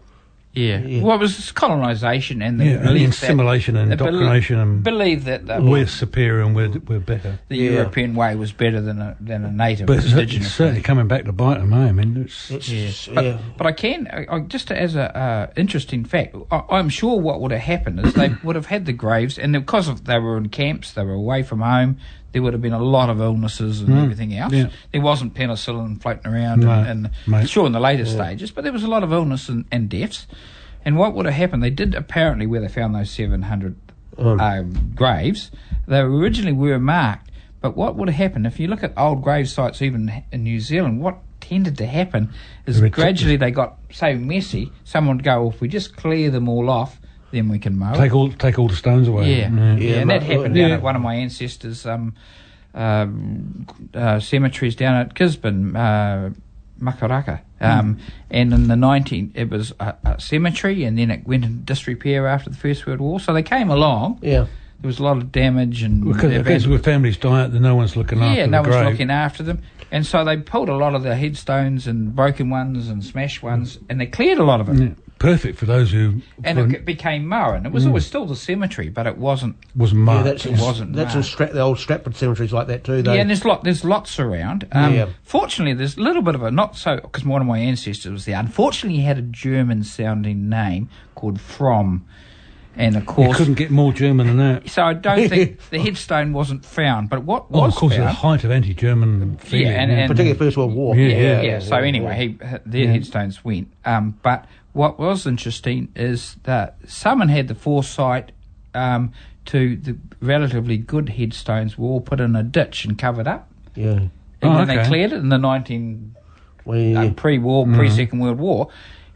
yeah,
Yeah.
well, it was colonisation and the
Yeah, and
belief that-
assimilation and
the bel-
indoctrination and
believe that the,
we're superior and we're we're better.
the
Yeah.
European way was better than a, than a native
But it's, it's
indigenous.
certainly coming back to bite them, eh? I mean, it's,
It's,
But,
yeah.
but I can I, I, just as a uh, interesting fact. I, I'm sure what would have happened is they would have had the graves, and because of, they were in camps, they were away from home. There would have been a lot of illnesses and everything else.
Hmm. yeah.
There wasn't penicillin floating around,
No,
and,
mate.
and sure in the later stages, but there was a lot of illness and, and deaths. And what would have happened? They did apparently where they found those 700
Oh.
um, graves. They originally were marked, but what would have happened if you look at old grave sites, even in New Zealand? What tended to happen is
Ridiculous.
gradually they got so messy. Someone would go, well, "If we just clear them all off, then we can mow." it."
take all take all the stones away.
Yeah, yeah,
yeah.
and that
right,
happened
right.
down
Yeah.
at one of my ancestors' um, um, uh, cemeteries down at Gisborne, uh, Makaraka.
Hmm.
Um, And in the 19, it was a, a cemetery, and then it went in disrepair after the First World War. So they came along.
Yeah.
There was a lot of damage and
Because I guess with families die out, then no one's looking after
yeah, no
the
one's
grave.
looking after them, and so they pulled a lot of the headstones and broken ones and smashed ones, and they cleared a lot of it.
Yeah, Mm. perfect for those who
And
weren't-
it became Murrin. It was always still the cemetery, but it wasn't
was
Yeah,
marked.
that's
it
in,
wasn't
that's in
marked.
Stra- the old Stratford cemeteries like that too. They,
Yeah, and there's lot there's lots around. Um,
Yeah.
Fortunately, there's a little bit of a not so because one of my ancestors was there. Unfortunately, he had a German sounding name called From, and of
you
course,
couldn't get more German than that.
so I don't
<laughs>
think the headstone wasn't found. But what
Oh,
was
of course, the
found,
height of anti-German feeling.
and- and-
particularly the First World War.
Yeah,
yeah, yeah. So
yeah,
anyway, he, their headstones went. Um, but what was interesting is that someone had the foresight um, to the relatively good headstones were all put in a ditch and covered up.
Yeah.
And
Oh,
when they
okay.
cleared it in the 19-
We,
uh, pre-war, pre-second world war,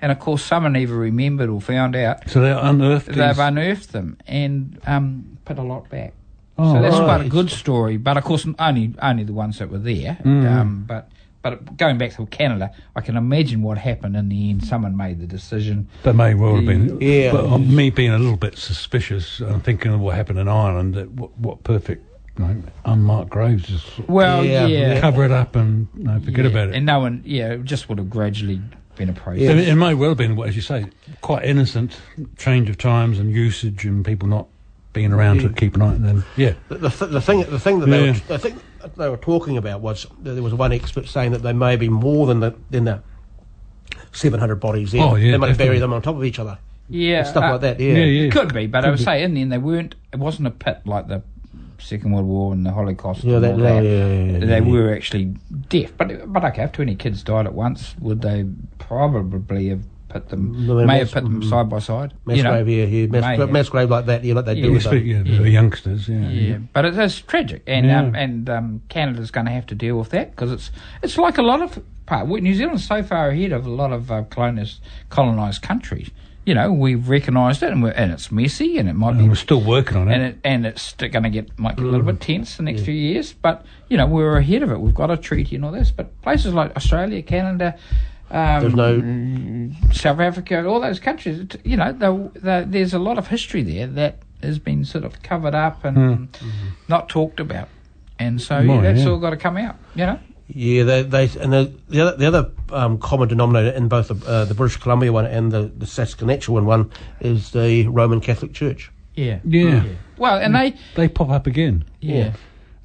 and of course someone either remembered or found out
so they unearthed.
that
These,
they've unearthed them and um, put a lot back.
Oh,
so that's
right.
quite a good story, but of course only only the ones that were there.
Mm-hmm.
Um, but but going back to Canada, I can imagine what happened in the end. Someone made the decision.
they may well have been.
Yeah.
But uh, me being a little bit suspicious, I'm thinking of what happened in Ireland. That what, what perfect you know, unmarked graves is
Well,
Yeah,
yeah,
yeah.
cover it up and you know, forget
Yeah,
about it.
And no one, yeah, it just would have gradually been a process.
It, it may well have been, as you say, quite innocent change of times and usage and people not being around to keep an eye on them. Yeah.
The, the, th- the thing, the thing that they,
Yeah.
were, the thing that they were talking about was that there was one expert saying that they may be more than the than the seven hundred bodies there.
Oh, yeah,
they might bury
definitely.
them on top of each other
yeah,
and stuff
uh,
like that. Yeah,
Yeah, yeah.
Could be, but I would say in the end they weren't. It wasn't a pit like the Second World War and the Holocaust.
Yeah,
and
that-
all
yeah,
that.
yeah, yeah,
they
yeah.
were actually deaf. But but okay, if twenty kids died at once, would they probably have put them?
No, they
may
mass-
have put them side by side.
mass
you know?
grave. Yeah, yeah, mass,
May
gra-
have.
mass grave like that. Yeah, like they do.
Yeah.
We
with
speak
them.
yeah, the youngsters, yeah.
Yeah, but it is tragic, and um,
Yeah.
and um, Canada's going to have to deal with that because it's it's like a lot of part. we- New Zealand's so far ahead of a lot of uh, colonized colonized countries. You know, we've recognised it, and, we're, and it's messy, and it might
And
be
Mm-hmm.
we're still working on it.
and it and it's going to get might get a little bit tense the next few years. But you know we're ahead of it. We've got a treaty and all this. But places like Australia, Canada,
There's
um,
no.
South Africa, all those countries, it- you know, they they there's a lot of history there that has been sort of covered up and Mm-hmm. not talked about. And so yeah,
Well,
that's
yeah.
all got to come out. You know.
Yeah, they, they and the the other, the other um, common denominator in both the, uh, the British Columbia one and the, the Saskatchewan one is the Roman Catholic Church.
Yeah.
yeah.
Well, and they
They pop up again.
Yeah.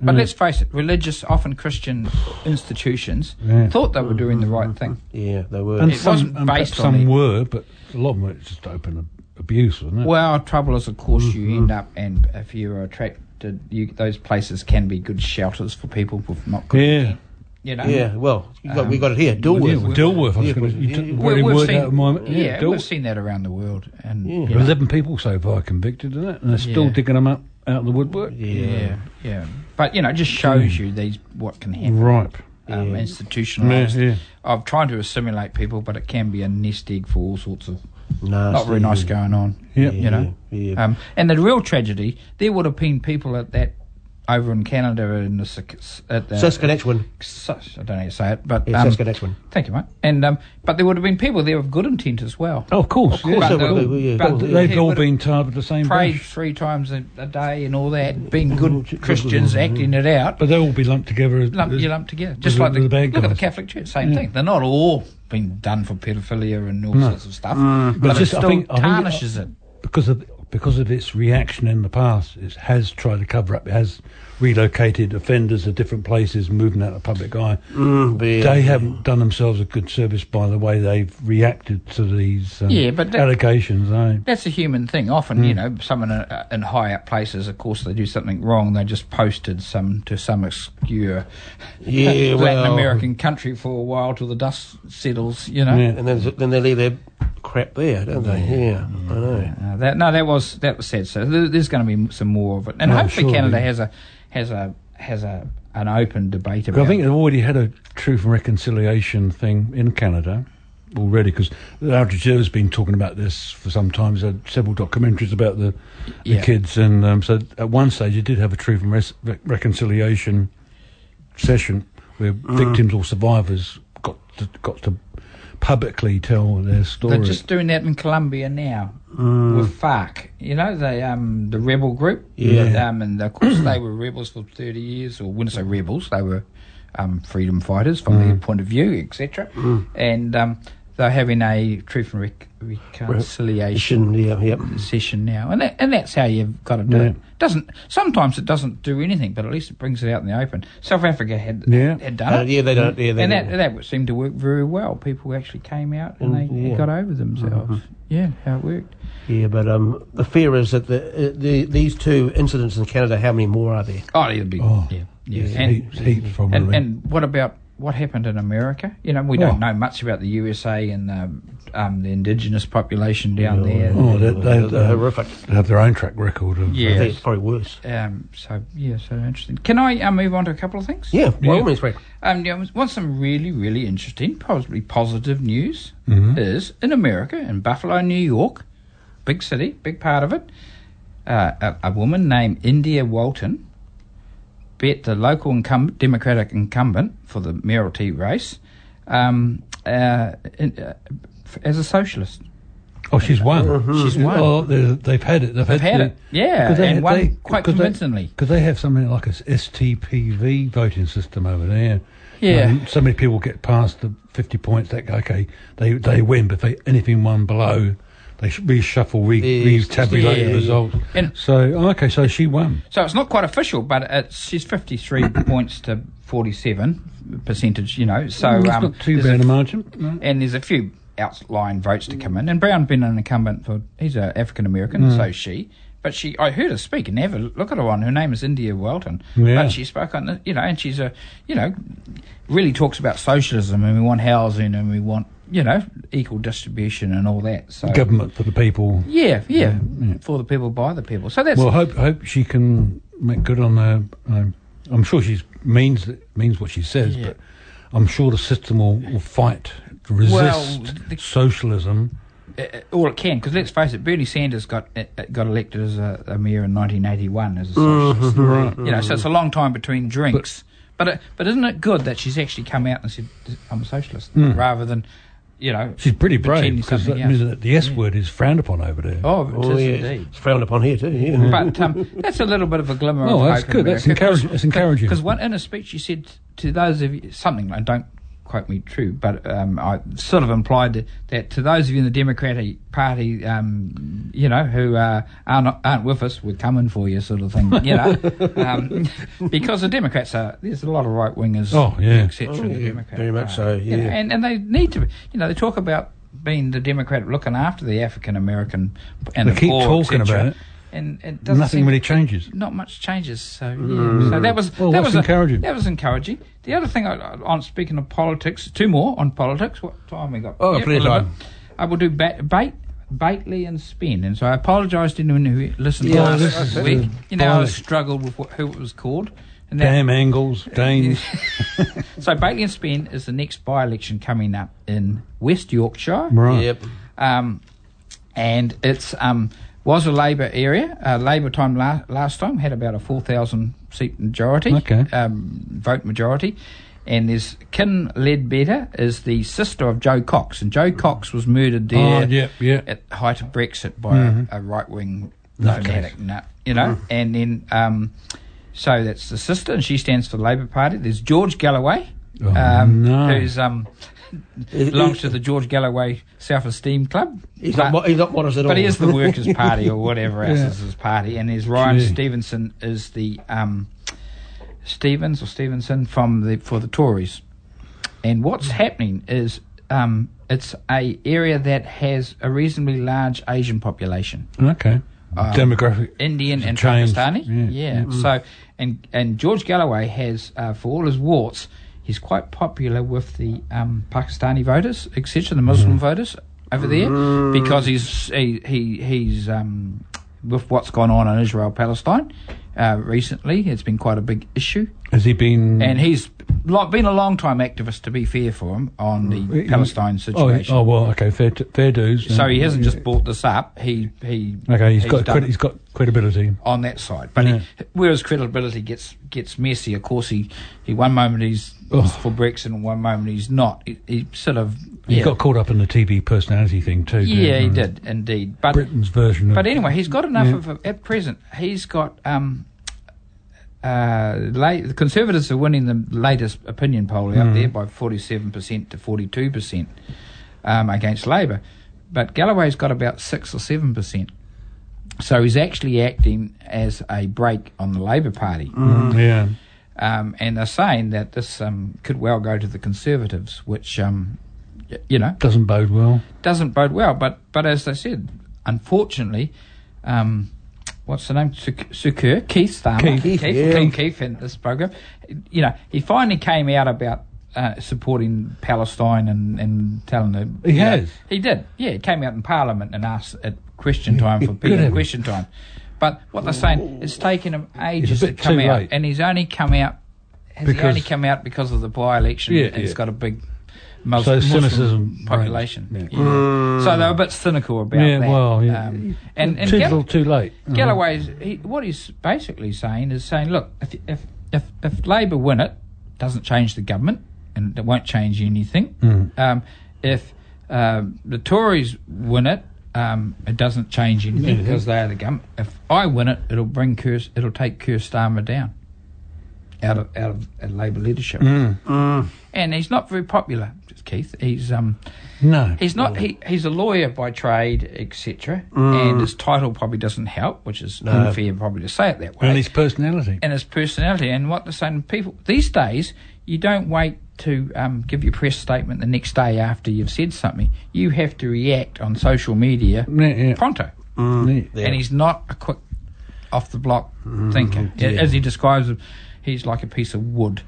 But let's face it, religious, often Christian institutions
Yeah.
thought they were doing the right thing.
Yeah, they were.
And
It
some,
wasn't
and
based
perhaps
on
some
it.
were, but a lot of them were just open ab- abuse, <laughs> wasn't it?
Well, trouble is, of course, you
Mm-hmm.
end up, and if you're attracted, you, those places can be good shelters for people with not good
yeah.
intent. You know.
Yeah, well, you got, we
Um,
got it here.
Yeah,
Dilworth.
well, Dilworth. I was
Yeah,
going
but-
to. You took
yeah,
the
yeah.
very
we've
word
seen,
out of my. mouth.
yeah,
Dil-
we've seen that around the world, and
Yeah.
you know,
Eleven people so far convicted of that, and they're still
Yeah.
digging them up out of the woodwork.
yeah, yeah. But you know, it
Mm.
just shows you these what can happen.
Ripe.
Um,
Yeah.
Institutionalized.
Yeah, yeah.
I've tried to assimilate people, but it can be a nest egg for all sorts of
Nasty.
not very nice going on.
Yeah.
you know.
Yeah.
Um, and the real tragedy, there would have been people at that over in Canada in the Sask- at the,
Saskatchewan.
Sus- I don't know how you say it, but
Yeah,
um,
Saskatchewan.
thank you, mate. And um, but there would have been people there of good intent as well.
Oh, of course.
Of course
yeah.
they
But
will,
they'll-
yeah,
but
of course.
they've
Yeah,
all
but-
been tarred with the same
Prayed
brush.
three times a, a day and all that, being good Christians, acting it out.
But they'll all be lumped together. as-
lump,
as-
you lump together. Just
the-
like the,
the bad
look at the
guys.
Catholic Church, same thing. They're not all being done for pedophilia and all sorts of stuff, but,
Mm. But
it
just- I
still
think- I think-
tarnishes it.
because of because of its reaction in the past, it has tried to cover up. It has relocated offenders to different places, moving out of public eye.
Mm, yeah.
They haven't done themselves a good service by the way they've reacted to these um,
Yeah, but that-
allegations. eh?
That's a human thing. Often,
Mm.
you know, someone in, uh, in high up places, of course, they do something wrong. They just posted some to some obscure
Yeah,
Latin
well-
American country for a while till the dust settles. You know,
Yeah.
And then, then they leave their crap there, don't they? Yeah, I know.
Uh, that no, that was that was sad. So there, there's going to be some more of it, and
Oh,
hopefully
surely.
Canada has a has a has a an open debate about.
I think
it.
they've already had a truth and reconciliation thing in Canada already because Al Jazeera's been talking about this for some time. There's had several documentaries about the, the
Yeah.
kids, and um, so at one stage you did have a truth and res- re- reconciliation session where victims or survivors got to, got to publicly tell their story.
They're just doing that in Colombia now
Mm.
with FARC. You know, they um the rebel group.
Yeah.
Um, and of course they were rebels for thirty years, or wouldn't say rebels, they were um, freedom fighters from
Mm.
their point of view, etc. And um, they're having a truth and rec- reconciliation
Shouldn't- Yeah, yep. Uh,
session now, and that, and that's how you've got to do
Yeah.
it. Doesn't sometimes it doesn't do anything, but at least it brings it out in the open. South Africa had
Yeah.
had
Uh,
done it.
yeah, they don't. Yeah, they
and
don't.
that, that seemed to work very well. People actually came out and
Mm,
they, they
yeah.
got over themselves.
Uh-huh.
Yeah, how it worked.
yeah, but um, the fear is that the, uh, the these two incidents in Canada. How many more are there?
Oh, it'd be
Oh,
yeah, yeah.
There's
And,
heaps, heaps probably.
and and what about what happened in America? You know, we don't
Oh.
know much about the USA and the, um, the indigenous population down there.
Oh, they- they-
They're horrific.
They have their own track record of uh,
I
Yeah.
think
Yes.
it's probably worse.
Um, so yeah, so interesting. Can I uh, move on to a couple of things?
Yeah, by all
Yeah.
means, Frank.
Um, yeah, what's some really, really interesting, possibly positive news
Mm-hmm.
is in America, in Buffalo, New York, big city, big part of it, uh, a, a woman named India Walton bet the local incum- Democratic incumbent for the mayoralty race um, uh, in, uh, f- as a socialist.
Oh, she's won.
Mm-hmm.
She's won.
Oh, they- they've had it. They've,
They've had it. Yeah,
Because they-
and won
they-
quite
because they-
convincingly.
Because they have something like a STPV voting system over there.
Yeah.
And so many people get past the 50 points. That okay, they they win, but they anything won below, they sh- reshuffle, re,
Yeah,
retabulate
yeah.
the results.
And-
so oh, okay, so she won.
So it's not quite official, but it's, she's 53 <coughs> points to 47 percentage, you know. So
it's
um,
not too
there's a
bad a margin. No.
and there's a few outlying votes to come in. And Brown's been an incumbent for he's an African American, so is she. But she, I heard her speak, and have a look at her one. Her name is India Welton,
Yeah.
but she spoke on, the, you know, and she's a, you know, really talks about socialism, and we want housing, and we want, you know, equal distribution and all that. So
Government for the people.
yeah, yeah, for the people, by the people. So that's
Well, hope hope she can make good on her. Um, I'm sure she means that- means what she says,
Yeah.
but I'm sure the system will, will fight, resist
the-
socialism.
uh, all it can. Because let's face it, Bernie Sanders got uh, uh, got elected as a, a mayor in 1981 as a
Mm-hmm.
socialist. You know, so it's a long time between drinks. But but, uh, but isn't it good that she's actually come out and said I'm a socialist rather than you know
Mm. She's pretty brave
pretending
because that
something
means
else.
that the S word is frowned upon over there.
Oh, it
Oh,
is
yeah.
indeed.
It's frowned upon here too. Yeah.
But um, that's a little bit of a glimmer.
Mm-hmm. Oh,
of
that's
hope in
good. That's
America.
encouraging- that's encouraging.
Because one in a speech, she said to those of you something, and don't quote me true, but um, I sort of implied that, that to those of you in the Democratic Party, um, you know, who uh, are not, aren't with us, we're coming for you, sort of thing. You
<laughs>
know, um, because the Democrats are there's a lot of right wingers.
Oh, yeah.
etc. in the
yeah,
Democratic
very much
Party.
so,
You know,
yeah.
and and they need to. be- You know, they talk about being the Democrat looking after the African American and
They
the
keep
poor,
talking
etc.
about it.
and it doesn't
Nothing
seem-
really changes.
not much changes. So, yeah.
Mm.
so that was
Well,
that
that's
was a-
encouraging.
that was encouraging. The other thing I, I- on speaking of politics, two more on politics. What time we got?
Oh, plenty
we'll
of time.
have it. I will do bat, bait. Bately and Spin, and so I apologise to anyone who listened
Yeah,
last
this is, uh,
week. You know, I
bionic.
struggled with what, who it was called, and that-
Damn angles,
<laughs>
Danes.
so Bately and Spin is the next by-election coming up in West Yorkshire.
Right.
Yep.
um, and it's um, was a Labor area. Uh, Labor time la- last time had about a four thousand seat majority,
Okay.
um, vote majority. And there's Kin Ledbetter is the sister of Joe Cox, and Joe Cox was murdered there
Oh, yep, Mm-hmm. yeah.
at the height of Brexit by a, a right wing
Nutcase.
fanatic nut, you know.
Mm.
And then, um, so that's the sister, and she stands for the Labour Party. There's George Galloway,
Oh,
um,
no.
who's um, belongs to the George Galloway Self Esteem Club.
He's not, mo-
But-
he's not modest at all.
but he is the
<laughs>
Workers' Party or whatever else
Yeah.
is his party, and there's Ryan
Gee.
Stevenson is the um, Stevens or Stevenson from the for the Tories. And what's happening is um, it's a area that has a reasonably large Asian population,
Okay.
Um,
Demographic.
Indian and
changed.
Pakistani.
Yeah. Mm-hmm.
So and and George Galloway has uh, for all his warts, he's quite popular with the um, Pakistani voters, etc., the Muslim
Mm-hmm.
voters over there, because he's he, he he's um, with what's gone on in Israel Palestine uh, recently. It's been quite a big issue
Has he been?
and he's lo- been a long time activist to be fair for him on the Palestine
oh, he-
situation.
oh well, okay, fair, t- fair dues.
so
yeah.
he hasn't just brought this up. He he
Okay, he's got
done
cred-
it
he's got credibility.
on that side, but
Yeah.
he, where his credibility gets gets messy. Of course, he, he one moment he's
Oh.
for Brexit, and one moment he's not. He, he sort of
He
yeah,
got caught up in the TV personality thing too. didn't
yeah, he
Mm.
did indeed. But
Britain's version.
But
of,
anyway, he's got enough
Yeah.
of a, at present. He's got um, uh, la the Conservatives are winning the latest opinion poll
Mm-hmm.
out there by forty-seven percent to forty-two percent um, against Labor, but Galloway's got about six or seven percent. So he's actually acting as a break on the Labor Party,
Mm, yeah,
um, and they're saying that this um, could well go to the Conservatives, which um, y- you know
doesn't bode well.
doesn't bode well. But but as they said, unfortunately, um, what's the name? Suk- Sukur Keith Starmer.
Keith,
Keith,
yeah.
Keith, Keith in this program. You know, he finally came out about. Uh, supporting Palestine and, and telling them
He
you know,
has.
he did yeah he came out in Parliament and asked at question time for people at
heavens.
question time but what they're saying it's taken him ages to
bit
come
too
out
late.
and he's only come out has
Because-
he only come out because of the by-election
Yeah,
and he's
yeah.
got a big Mus-
So
Muslim
cynicism
population.
reigns.
Yeah. So they were a bit cynical about
yeah,
that.
well, yeah.
Um, and and
too
Gall-
little, too late. Mhm.
Galloway's he, what he's basically saying is saying, look, if if if, if Labor win it, doesn't change the government and it won't change anything. Um, if um, the Tories win it. Um, it doesn't change anything because they are the government. If I win it, it'll bring Keir, it'll take Keir Starmer down out of out of uh, Labor leadership. And he's not very popular, Keith. He's um,
Mm. No,
He's not. He, he's a lawyer by trade, etc.
Mm.
And his title probably doesn't help, which is unfair probably to say it that way.
and his personality.
And his personality and what the same people these days. You don't wait to um, give your press statement the next day after you've said something. You have to react on social media
yeah, yeah.
pronto.
Mm, yeah. Mm-hmm.
And he's not a quick, off the block thinker, as he describes him. He's like a piece of wood.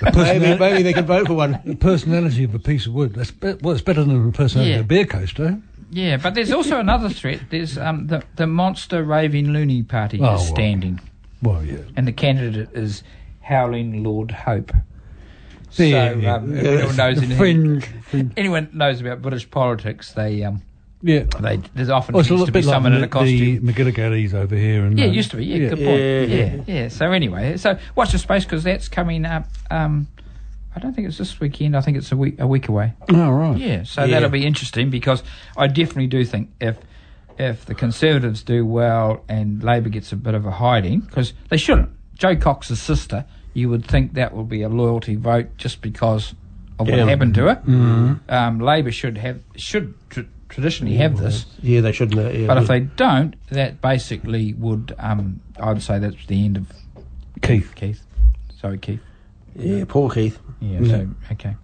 Maybe,
Personali-
maybe they could vote for one.
<laughs> the personality of a piece of wood. That's be- well, it's better than the personality
Yeah.
of a beer coaster.
Yeah, but there's also another threat. There's um, the the monster raving loony party
Oh,
is
well.
standing,
Well, yeah.
and the candidate is howling Lord Hope. So
Yeah, yeah,
um,
yeah.
if anyone knows
The
anything,
fringe, fringe.
anyone knows about British politics, they um,
Yeah.
they there's often
Oh, it's a
tends
little
to be
bit like
someone in
the,
a costume.
the McGillicuddy's over here. And,
Yeah,
uh,
it used to be. Yeah, good
Yeah,
point. Yeah
yeah,
yeah, So anyway, so watch the space because that's coming up. Um, I don't think it's this weekend. I think it's a week a week away.
Oh, right.
Yeah, so
Yeah.
that'll be interesting because I definitely do think if if the Conservatives do well and Labor gets a bit of a hiding because they shouldn't. Joe Cox's sister, you would think that would be a loyalty vote just because of
Yeah. Mm-hmm.
what happened to her. Um, Labor should have should tr- traditionally have this,
Yeah, they shouldn't. uh, Yeah,
but if they don't, that basically would um, I'd say that's the end of
Keith.
Keith. Sorry, Keith.
yeah, poor Keith.
Yeah. So okay.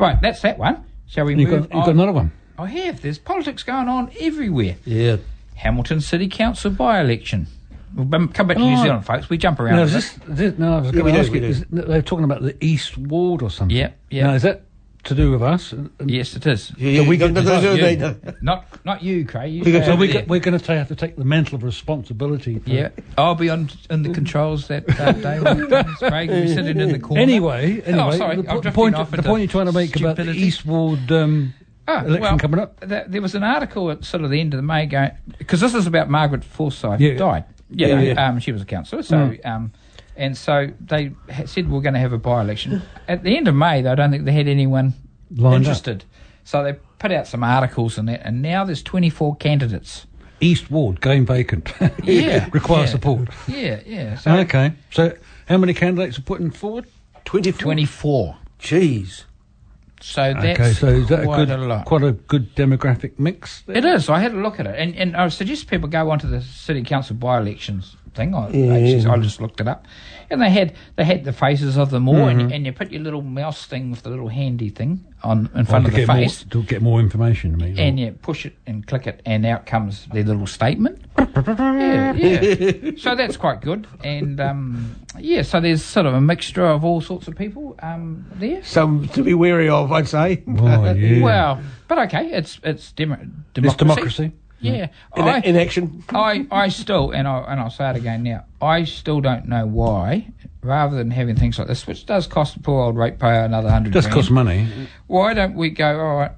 Right, that's that one. Shall we
You've
move
got,
on?
you've got another one.
I have. There's politics going on everywhere.
Yeah,
Hamilton City Council by election. We'll bum- come back to New
Oh.
Zealand, folks. We jump around.
Now,
a
is
bit.
this, this, no, I was
we
going
do,
to ask
we
you,
do.
is, they're talking about the East Ward or something.
Yeah, yeah.
Now, is that to do with us? And- and
yes, it is.
Yeah,
we get to vote,
You. Not not you, Craig. You stay
So
over
we,
there.
go- we're going to have to take the mantle of responsibility. For
yeah, I'll be on in the controls that
<laughs>
uh, day. When Craig will be sitting in the corner.
Anyway, anyway,
Oh, sorry,
the,
I'm
po-
drifting
point,
off
the
into
point you're trying to make about the
stupidity.
Eastward um,
Oh,
election
well,
coming up.
th- there was an article at sort of the end of the May going because this is about Margaret Forsyth
Yeah.
who died. Yeah,
Yeah, yeah. Mm.
Um, she was a councillor. So, um, and so they ha- said we're going to have a by-election at the end of May. Though I don't think they had anyone
Lined up.
interested. So they put out some articles and that, and now there's 24 candidates.
Eastward going vacant. <laughs>
Yeah,
require
yeah.
support.
Yeah, yeah. So
Okay, so how many candidates are putting forward?
24.
24.
Jeez.
So that's
okay, so is that
quite
a good,
a lot.
quite a good demographic mix? There?
It is. I had a look at it, and, and I suggest people go onto the city council by-elections thing. I, actually, I just looked it up, and they had they had the faces of them all,
Mm-hmm.
and, and you put your little mouse thing with the little handy thing on in front
Oh,
of
to
the
get
face,
more to get more information. I mean,
and you push it and click it, and out comes their little statement. yeah, yeah.
<laughs>
So that's quite good, and um, yeah. So there's sort of a mixture of all sorts of people um, there.
Some to be wary of, I'd say. Uh,
oh, yeah.
Well, but okay, it's it's demo- democracy.
it's democracy. Mm.
Yeah,
In,
I-
in action.
I, I still, and, I, and I'll say it again now, I still don't know why, rather than having things like this, which does cost the poor old ratepayer another hundred
Just cost
grand,
money.
why don't we go, all right,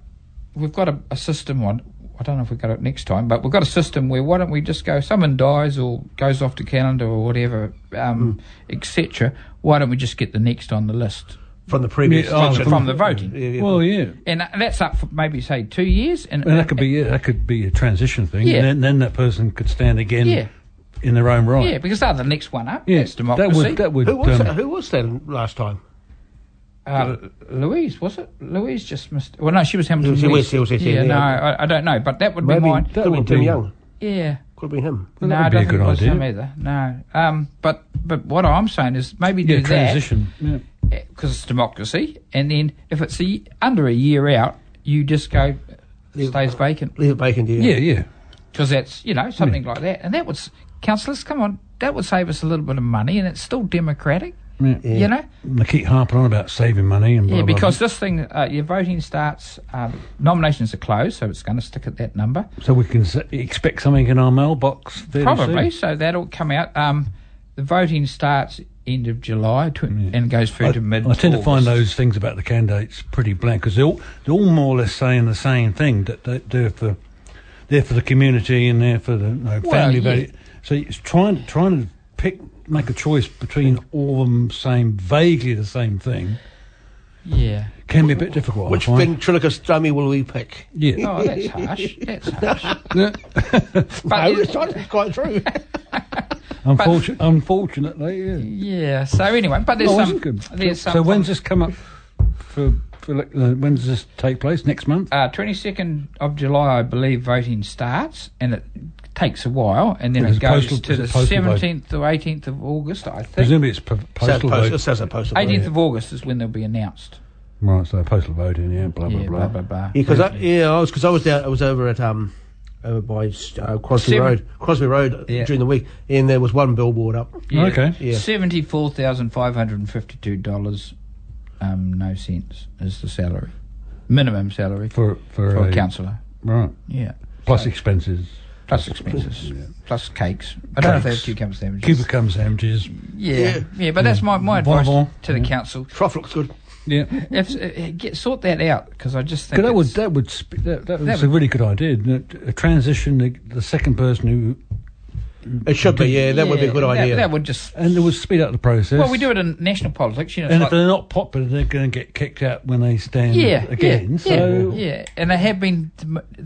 we've got a, a system on, I don't know if we've got it next time, but we've got a system where why don't we just go, someone dies or goes off to calendar or whatever, um, etc., why don't we just get the next on the list
From the previous.
Yeah, oh,
from,
from-
from the voting?
Yeah, yeah.
Well, yeah.
And that's up for maybe, say, two years. And,
And that could be yeah, that could be a transition thing,
Yeah.
and then, then that person could stand again
Yeah.
in their own right.
Yeah, because they're the next one up.
Yeah,
Yes, democracy.
That would that would.
who, was
um,
that? who was that last time?
Uh, Louise, was it? Louise just missed. Well, no, she was Hamilton.
She was- she
West.
was- she was- yeah.
yeah, no, I, I don't know, but that would be
Maybe
mine.
could
that
have been
would
Tim
be-
Young.
Yeah.
Could have been him.
Well,
no,
that
I
would be
don't
a
think
good
it was
idea.
him either. No. Um, but, but what I'm saying is maybe
yeah,
do
transition. Yeah.
that because it's democracy, and then if it's a, y- under a year out, you just go stays vacant
Leave it vacant, yeah.
yeah, yeah.
because that's you know something like that, and that would s- councillors come on, that would save us a little bit of money, and it's still democratic.
Yeah.
You know.
And they keep harping on about saving money and blah,
Yeah,
blah,
because
blah.
this thing, uh, your voting starts, uh, nominations are closed, so it's going to stick at that number.
so we can s- expect something in our mailbox. fairly
Probably,
soon.
so that'll come out. Um, the voting starts end of July tw- and goes through
I,
to mid.
I tend to find those things about the candidates pretty blank because they're all, they're all more or less saying the same thing that they, they're for they're for the community and they're for the you know, family
yeah.
value. So it's trying trying to pick make a choice between all of them saying vaguely the same thing
Yeah.
can be a bit difficult. I
Which
find.
ventriloquist dummy will we pick?
Yeah.
Oh, that's harsh.
<laughs>
That's harsh.
No,
but,
it's not. It's quite true.
Unfortunately, unfortunately, yeah.
yeah. So anyway, but there's
Oh,
some.
isn't good.
There's some.
so when's this come up for, for like, uh, when does this take place? Next month?
uh, 22nd of July, I believe, voting starts, and it takes a while, and then it
Is it
goes
postal-
to
is
the
it postal vote?
17th or 18th of August, I think.
Presumably it's p-
Sounds
postal
post- It
vote.
sounds a postal.
18th
vote.
of August is when they'll be announced.
Right, so postal voting, yeah, blah, blah,
yeah,
blah.
blah, blah.
Yeah, because I, yeah, I was because I was down. I was over at um, over by uh, Crosby
Seven-
Road, Crosby Road
Yeah.
during the week, and there was one billboard up.
Yeah.
Okay.
Yeah.
Seventy-four thousand five hundred and fifty-two dollars, um, no cents is the salary, minimum salary for,
For, for,
a councillor.
Right.
Yeah,
Plus expenses.
plus expenses, plus cakes. I don't know if they have
Cakes.
cucumber sandwiches.
Cuba comes sandwiches.
Yeah, yeah, but that's my, my
Bon
advice
bon.
to the council.
Trough looks good.
Yeah.
If, uh, get sort that out because I just think
That would,
it's-
that would, sp- that, that was
That
a
would-
really good idea. isn't it? A transition, the, the second person who,
It should be. Yeah, that would be a
yeah,
good
that-
idea.
That, would just
and it would speed up the process.
well, we do it in national politics. You know, it's
And
like-
if they're not popular, they're going to get kicked out when they stand
yeah,
again.
Yeah,
so
yeah, yeah, and they have been,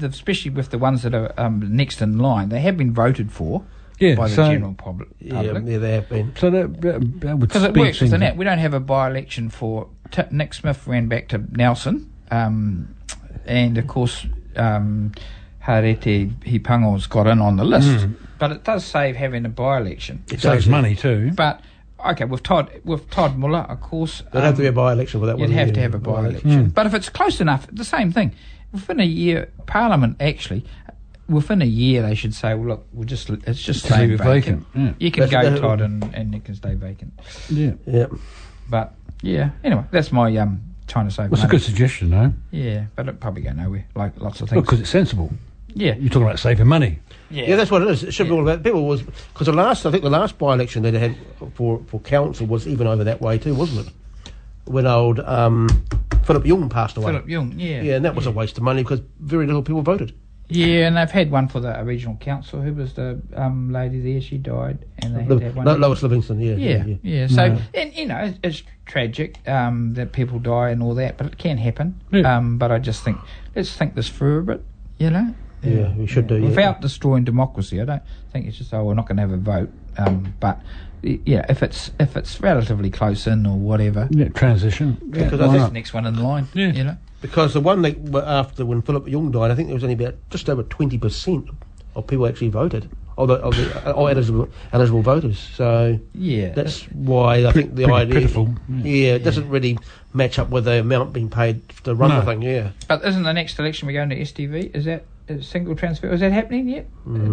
especially with the ones that are um, next in line, they have been voted for
Yeah,
by the
so-
general pub-
yeah,
public.
yeah, they have been.
So that, that, that would
Because it
speed
works,
things
doesn't
up.
it? We don't have a by-election for t- Nick Smith ran back to Nelson, um, and of course um, Harete Hipango's got in on the list. But it does save having a by-election.
It
Saves
does.
money too.
But okay, with Todd with Todd Muller, of course, um,
There'd have to be a by-election for that
You'd
one.
have
yeah.
to have a by election. But if it's close enough, the same thing. Within a year, Parliament actually, within a year they should say, well, look, we'll just it's just
Just
stay
leave it
vacant.
vacant,
You can
That's-
go,
that-
Todd, and, and you can stay vacant.
Yeah.
Yeah.
But yeah, anyway, that's my um trying to save
That's a
money.
good suggestion, though,
Yeah, but it probably go nowhere. Like lots of things.
because it's sensible.
yeah,
You're talking about saving money.
yeah,
Yeah, that's what it is. It should be
Yeah.
all about people was because the last I think the last by election that they had for, for council was even over that way too, wasn't it? When old um, Philip Young passed away.
Philip Young. Yeah,
Yeah, and that was a waste of money because very little people voted.
Yeah, and they've had one for the original council. Who was the um, lady there? She died, and they had
Lo-
that one.
Lo- Lois Livingston, yeah,
yeah,
yeah,
yeah. So, and you know, it's, it's tragic um, that people die and all that, but it can happen.
Yeah.
Um, but I just think let's think this through a bit. You know,
yeah. Yeah, we should do. yeah.
without destroying democracy. I don't think it's just oh we're not going to have a vote. Um, but y- yeah, if it's if it's relatively close in or whatever,
Yeah, transition.
yeah,
Because I
who's
think-
the next one in line.
Yeah.
You know,
because the one that w- after when Philip Young died, I think there was only about just over twenty percent of people actually voted, of the, of the of eligible eligible voters. So
yeah,
that's why I think the
pretty
idea,
pitiful,
yeah, it doesn't really match up with the amount being paid to run
No.
the thing. Yeah,
But isn't the next election we're going to STV? Is that is single transfer? Is that happening yet?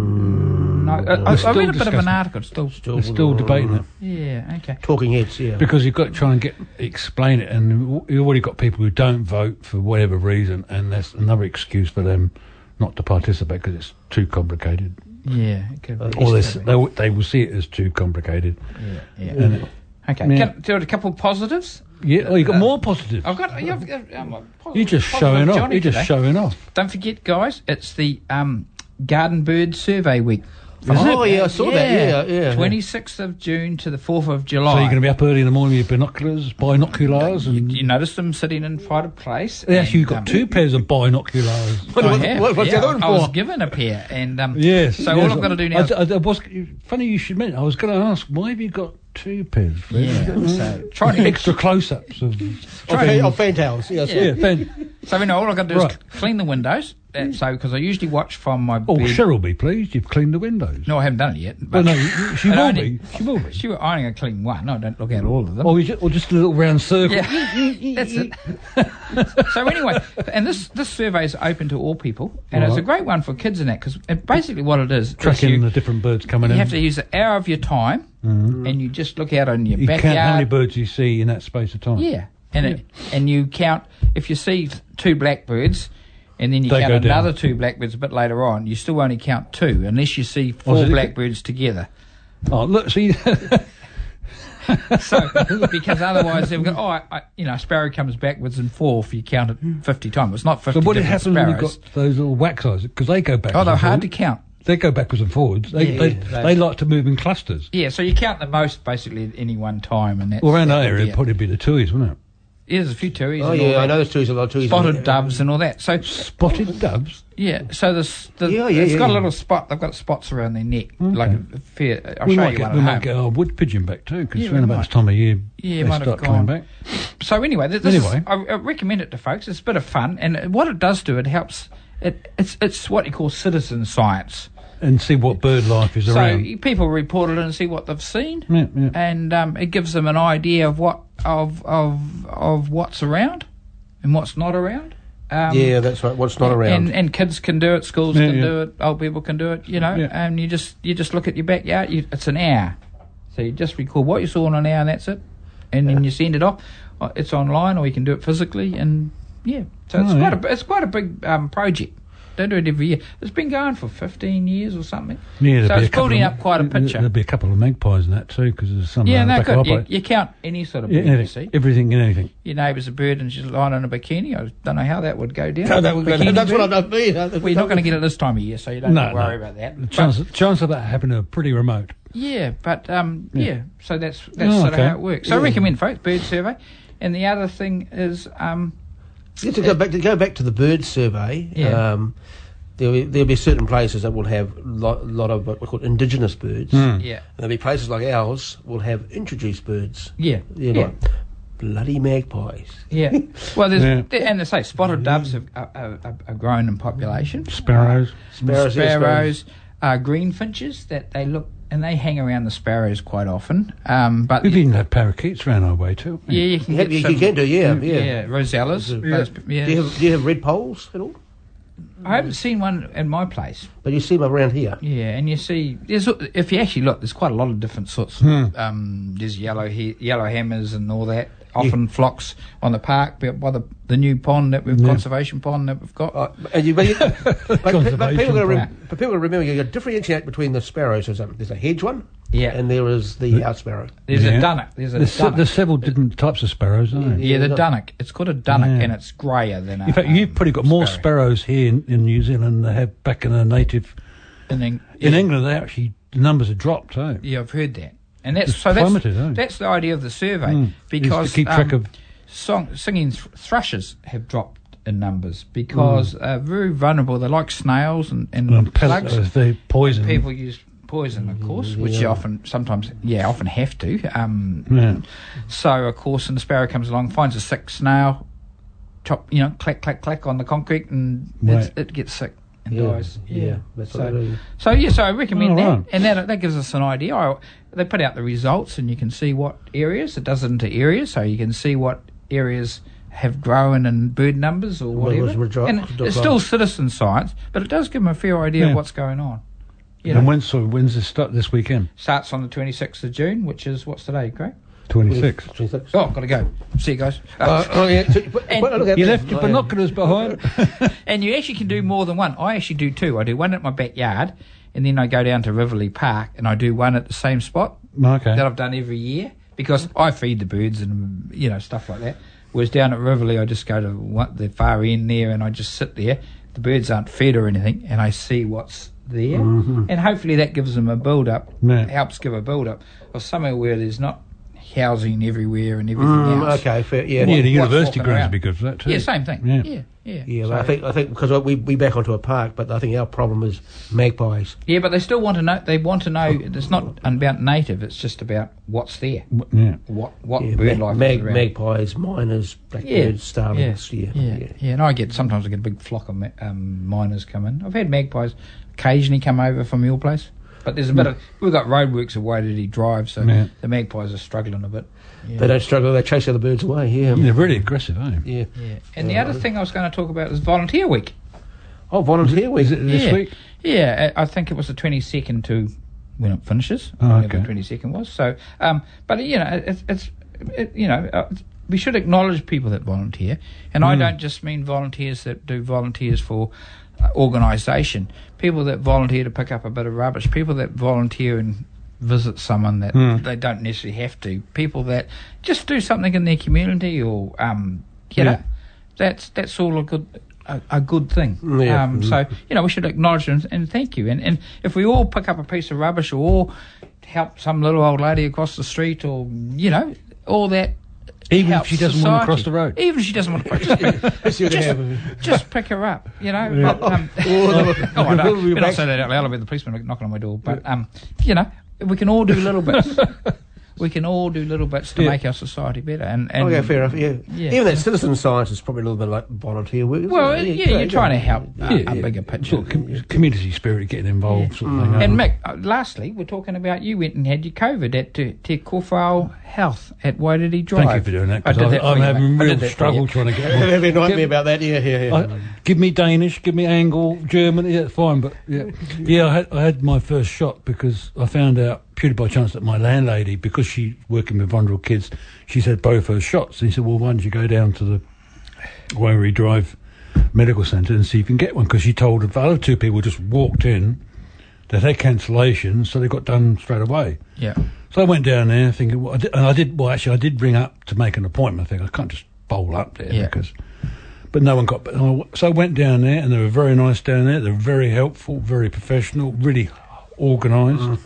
no, I, I, I
still
read a bit of an
discussing.
article. it's Still,
We're still debating it
yeah, okay.
talking heads. Yeah,
because you've got to try and get explain it, and w- you've already got people who don't vote for whatever reason, and that's another excuse for them not to participate because it's too complicated.
Yeah, it could be
Or they, s-
STV.
they w- they will see it as too complicated.
uh, Yeah, yeah.
And it-
Okay,
Yeah.
Can, do a couple of positives.
yeah, oh, you got more positive.
I've got. You've, got- I'm a positive,
You're just
Uh, positive
showing off.
Johnny
You're just
today.
showing off.
Don't forget, guys, it's the um, Garden Bird Survey Week.
Oh, yeah, I saw that, yeah, yeah.
Twenty sixth of June to the fourth of
So
July.
you're going to be up early in the morning with your binoculars, binoculars, and
you notice them sitting in pride of place.
yes,
and,
you've got
um,
two pairs of binoculars.
<laughs>
What-
I
what-
have,
what- what's
yeah.
the other one
I was
for?
given a pair, and um,
Yes.
So
yes.
all I've got to do now. is
I, I- I was funny you should mention. I was going to ask why have you got two pairs? Fred?
yeah, so
<laughs>
try to
Extra close-ups of.
of,
things.
fan- of fan towels. Yes,
Yeah, fan-
So you know, all I've got to do is
Right.
c- clean the windows. Uh, so because I usually watch from my
Oh,
bed.
Cheryl, be pleased. You've cleaned the windows.
No, I haven't done <laughs> it yet.
Well,
But
no, you- she
I
will
only-
be. She
<laughs>
will be.
She were ironing a clean one. I don't look at all of them.
Or, you just, or just a little round circle.
Yeah, that's it. <laughs> so anyway, and this this survey is open to all people, and it's a
Right.
great one for kids in that because basically what it is, is
Tracking
you,
the different birds coming
you
in.
have to use an hour of your time, and you just look out on your
You
backyard.
count how many birds you see in that space of time.
Yeah, and It, and you count if you see two blackbirds, and then you
They go
count
down.
another two blackbirds a bit later on. You still only count two unless you see
Oh,
four
so it-
blackbirds together.
Oh, look, see, <laughs>
So because otherwise they've got oh I, I, you know a sparrow comes backwards and forth. You count it fifty times. It's not fifty.
Hmm. so what
different
happens when you've
sparrows.
got those little wax eyes? Because they go backwards.
Oh, they're
and
hard to
forwards.
count.
They go backwards and forwards. They,
Yeah,
they,
yeah.
they like to move in clusters.
Yeah, so you count the most basically at any one time, and that's
Well, around
that
our
would
area,
be
it'd
it.
probably be the tuis, wouldn't it?
Yeah, there's a few tooies.
Oh
and all
yeah, I
that.
know there's two a lot of twos.
Spotted doves and all that. So
Spotted doves.
Yeah, so this, the,
Yeah, yeah,
it's
yeah,
got a
yeah.
little spot. They've got spots around their neck, like a fair. I'll
we
show
might
you
get,
one
we
at
might
home.
get our wood pigeon back too, because
Yeah, we
around about
might.
this time of year,
Yeah,
they
might have
start coming
gone.
back.
So anyway, th- this is-
Anyway.
I, I recommend it to folks. It's a bit of fun, and what it does do, it helps. It, it's it's what you call citizen science.
And see what bird life is
So
around.
people report it and see what they've seen,
Yeah, yeah.
and um, it gives them an idea of what of of of what's around and what's not around. Um,
Yeah, that's right. What's not around?
and, and kids can do it, schools
Yeah,
can
yeah.
do it, old people can do it, you know.
Yeah.
And you just you just look at your backyard. You, it's an hour, so you just record what you saw in an hour, and that's it. And then you send it off. Uh, It's online, or you can do it physically, and yeah. So it's
Oh,
quite
yeah.
a b- it's quite a big um, project. They do it every year. It's been going for fifteen years or something.
Yeah, there'd
so
be
it's
a couple
building
of-
up quite a
there- there-
picture.
There'll be a couple of magpies in that too, because there's some.
yeah,
around
no
the back
good.
of our
You,
plate.
you count any sort of
Yeah,
bird you
anything,
see.
everything and anything.
Your neighbour's a bird and she's lying in a bikini. I don't know how that would go down.
No, that would go-
Bikini
that's
bird.
what I don't mean. I-
We're not going to get it this time of year, so you don't have to worry about that.
The
But-
chance, chance of that happening are pretty remote.
yeah, but um, yeah. so that's that's
Oh,
sort
okay.
of how it works. So I recommend folks bird survey, and the other thing is um,
Yeah, to go back to go back to the bird survey,
Yeah.
um, there'll, be, there'll be certain places that will have a lot, lot of what we call indigenous birds.
yeah,
And there'll be places like ours will have introduced birds.
yeah,
You know,
yeah,
bloody magpies.
yeah. Well, there's
Yeah.
there- and they say spotted doves have are, are, are grown in population.
Sparrows.
Sparrows, yeah,
sparrows, uh, green finches that they look and they hang around the sparrows quite often. Um, but
We've even had parakeets round our way too.
yeah, you can
You,
get
you
some, Mm,
can do, yeah,
yeah,
yeah.
rosellas. those-
Do you
yeah.
have do you have red poles at all?
I haven't seen one in my place.
But you see them around here.
Yeah, and you see, there's if you actually look, there's quite a lot of different sorts. Of,
Hmm.
um, there's yellow he- yellow hammers and all that. Often flocks on the park by by the the new pond that we've conservation pond that we've got.
Uh, and you, but,
<laughs>
you- but- but
Conservation
people are
plan.
rem- but people are remembering you got to differentiate between the sparrows. There's a, there's a hedge one,
Yeah.
and there is the house sparrow.
There's
Yeah.
a dunnock. There's a
There's, se-
dunnock.
there's several different types of sparrows, aren't there?
yeah, the dunnock. It's called a dunnock,
Yeah.
and it's greyer than. A,
In fact,
um,
you've probably got more
sparrow.
sparrows here in, in New Zealand than they have back in their native.
And then,
In England, they actually the numbers have dropped eh? too.
Yeah, I've heard that, and that's
It's
so that's
plummeted, eh?
that's the idea of the survey
Mm. Is
because
to keep track
um,
of
song, singing thr- thrushes have dropped in numbers because
Mm.
they're very vulnerable. They're like snails and, and
um,
plugs.
pellets, the poison.
People use poison, of course, which you often sometimes yeah often have to. Um,
Yeah.
So of course, and the sparrow comes along, finds a sick snail, chop you know clack clack clack on the concrete, and it's,
Right.
it gets sick and
Yeah,
dies.
yeah, that's what they
so,
do.
so yeah, so I recommend
Oh,
that,
right.
and that that gives us an idea. I, they put out the results, and you can see what areas it does it into areas, so you can see what areas have grown in bird numbers or
Well, it
whatever.
was rejo-
and
declined.
it's still citizen science, but it does give them a fair idea
Yeah.
of what's going on. You know,
And when so when's this start this weekend?
starts on the 26th of June, which is what's today, Craig?
Twenty six.
26.
Oh, gotta go. See you guys. Uh,
Uh, oh, yeah. So, but,
<laughs> And-
but look at
You
that.
left your
Oh, yeah.
binoculars behind.
<laughs> and you actually can do more than one. I actually do two. I do one at my backyard, and then I go down to Riverley Park and I do one at the same spot
okay.
that I've done every year because I feed the birds and you know stuff like that. Whereas down at Riverley, I just go to what, the far end there and I just sit there. The birds aren't fed or anything, and I see what's there, and hopefully that gives them a build up,
Mm-hmm. Yeah.
helps give a build up of somewhere where there's not housing everywhere and everything
Mm,
else.
okay, fair, yeah.
yeah, the
what's
university
walking
grounds
around?
would be good for that too.
Yeah, same thing.
Yeah.
Yeah, yeah,
Yeah,
So-
but I think I think because we we back onto a park, but I think our problem is magpies.
Yeah, but they still want to know. They want to know. It's not about native. It's just about what's there.
Yeah.
What what
Yeah,
bird
mag-
Oh, life
mag-
is around.
magpies, miners,
yeah,
blackbirds, starlings. Yeah,
yeah, yeah. And I get sometimes I get a big flock of ma- um, miners come in. I've had magpies occasionally come over from your place, but there's a bit of we've got roadworks at Wairiri Drive, so
Yeah.
the magpies are struggling a bit. Yeah.
They don't struggle; they chase other birds away. Yeah,
They're really aggressive, eh?
yeah.
yeah. And the other thing I was going to talk about is Volunteer Week.
Oh, volunteer week.
Is it this
yeah.
week?
Yeah, I I think it was the 22nd to when it finishes.
Oh,
whenever The
okay.
22nd was. So, um, but you know, it's, it's it, you know, uh, it's- we should acknowledge people that volunteer, and
Hmm.
I don't just mean volunteers that do volunteers for uh, organisation. People that volunteer to pick up a bit of rubbish. People that volunteer and visit someone that
Hmm.
they don't necessarily have to. People that just do something in their community or um, you
Yeah.
know, that's that's all a good a, a good thing.
Yeah.
Um, so you know we should acknowledge and, and thank you. And and if we all pick up a piece of rubbish or all help some little old lady across the street or you know all that.
Even if
helps
she doesn't want to cross
society.
the road.
Even if she doesn't want to cross the road.
Let's see what
just,
happens.
just pick her up, you know. But, um, <laughs> oh, I know.
We'll be
We're not
back.
saying that out loud. I'll be the policeman knocking on my door. But, um, you know, we can all do little bits. we can all do little bits to
Yeah.
make our society better. And, and
Okay, fair enough. Yeah.
Yeah.
even that citizen science is probably a little bit like volunteer work. isn't
Well,
it?
yeah, you're trying to help uh,
Yeah,
a
yeah.
bigger picture.
Sort of com- community spirit getting involved, sort of thing. eh?
And Mick, uh, lastly, we're talking about you went and had your COVID at Te, te Kōwhao Health at Wairiri Drive.
Thank you for doing that
I
because
did that for
I'm
you,
having
mate. I did
real
that for
struggle
you.
trying
<laughs>
to get.
Don't <laughs>
One.
have any nightmare about that. Yeah, yeah, yeah.
I, give me Danish, give me Angle, German, yeah, fine, but yeah, yeah. I had, I had my first shot because I found out purely by chance that my landlady, because she's working with vulnerable kids, she's had both her shots. And he said, "Well, why don't you go down to the Wainwright Drive Medical Centre and see if you can get one?" Because she told the other two people just walked in, they had cancellations, so they got done straight away.
Yeah.
So I went down there thinking, well, I did, and I did. Well, actually, I did ring up to make an appointment. I think I can't just bowl up there
Yeah.
because. But no one got. But I w- so I went down there, and they were very nice down there. They were very helpful, very professional, really organised.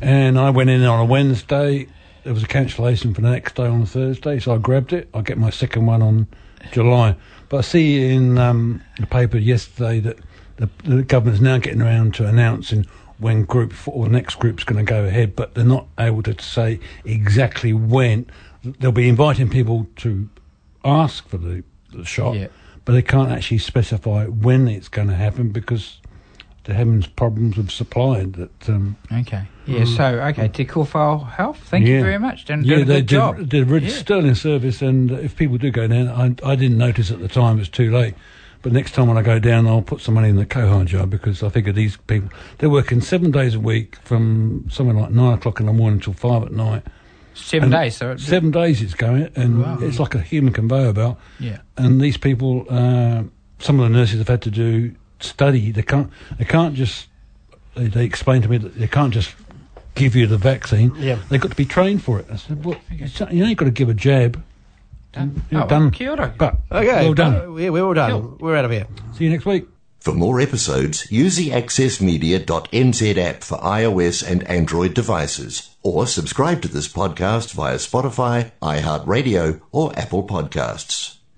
and I went in on a Wednesday. There was a cancellation for the next day on Thursday, so I grabbed it. I get my second one on July. But I see in um, the paper yesterday that the, the government's now getting around to announcing when group four or next group's going to go ahead, but they're not able to say exactly when. They'll be inviting people to ask for the, the shot,
Yeah.
but they can't actually specify when it's going to happen because they're having problems with supply. That um,
Okay. Yeah, so, okay, Te Kōwhao Health, thank
Yeah.
you very much. Done, done a
they
good job.
did, did a really
Yeah.
sterling service, and if people do go down, I, I didn't notice at the time; it's too late. But next time when I go down, I'll put some money in the Kohar jar because I figure these people, they're working seven days a week from somewhere like nine o'clock in the morning till five at night.
Seven
And
days, so it's,
Seven days it's going, and it's like a human conveyor belt.
yeah.
And these people, uh, some of the nurses have had to do study. They can't, they can't just. They, they explained to me that they can't just give you the vaccine.
Yeah.
they've got to be trained for it. I said, well, it's not- you ain't got to give a jab.
Done.
You're
oh,
done.
Kia ora.
But
Okay.
well done.
uh, yeah, we're all done.
Cool.
We're out of here.
See you next week.
For more episodes, use the accessmedia.nz app for iOS and Android devices, or subscribe to this podcast via Spotify, iHeartRadio, or Apple Podcasts.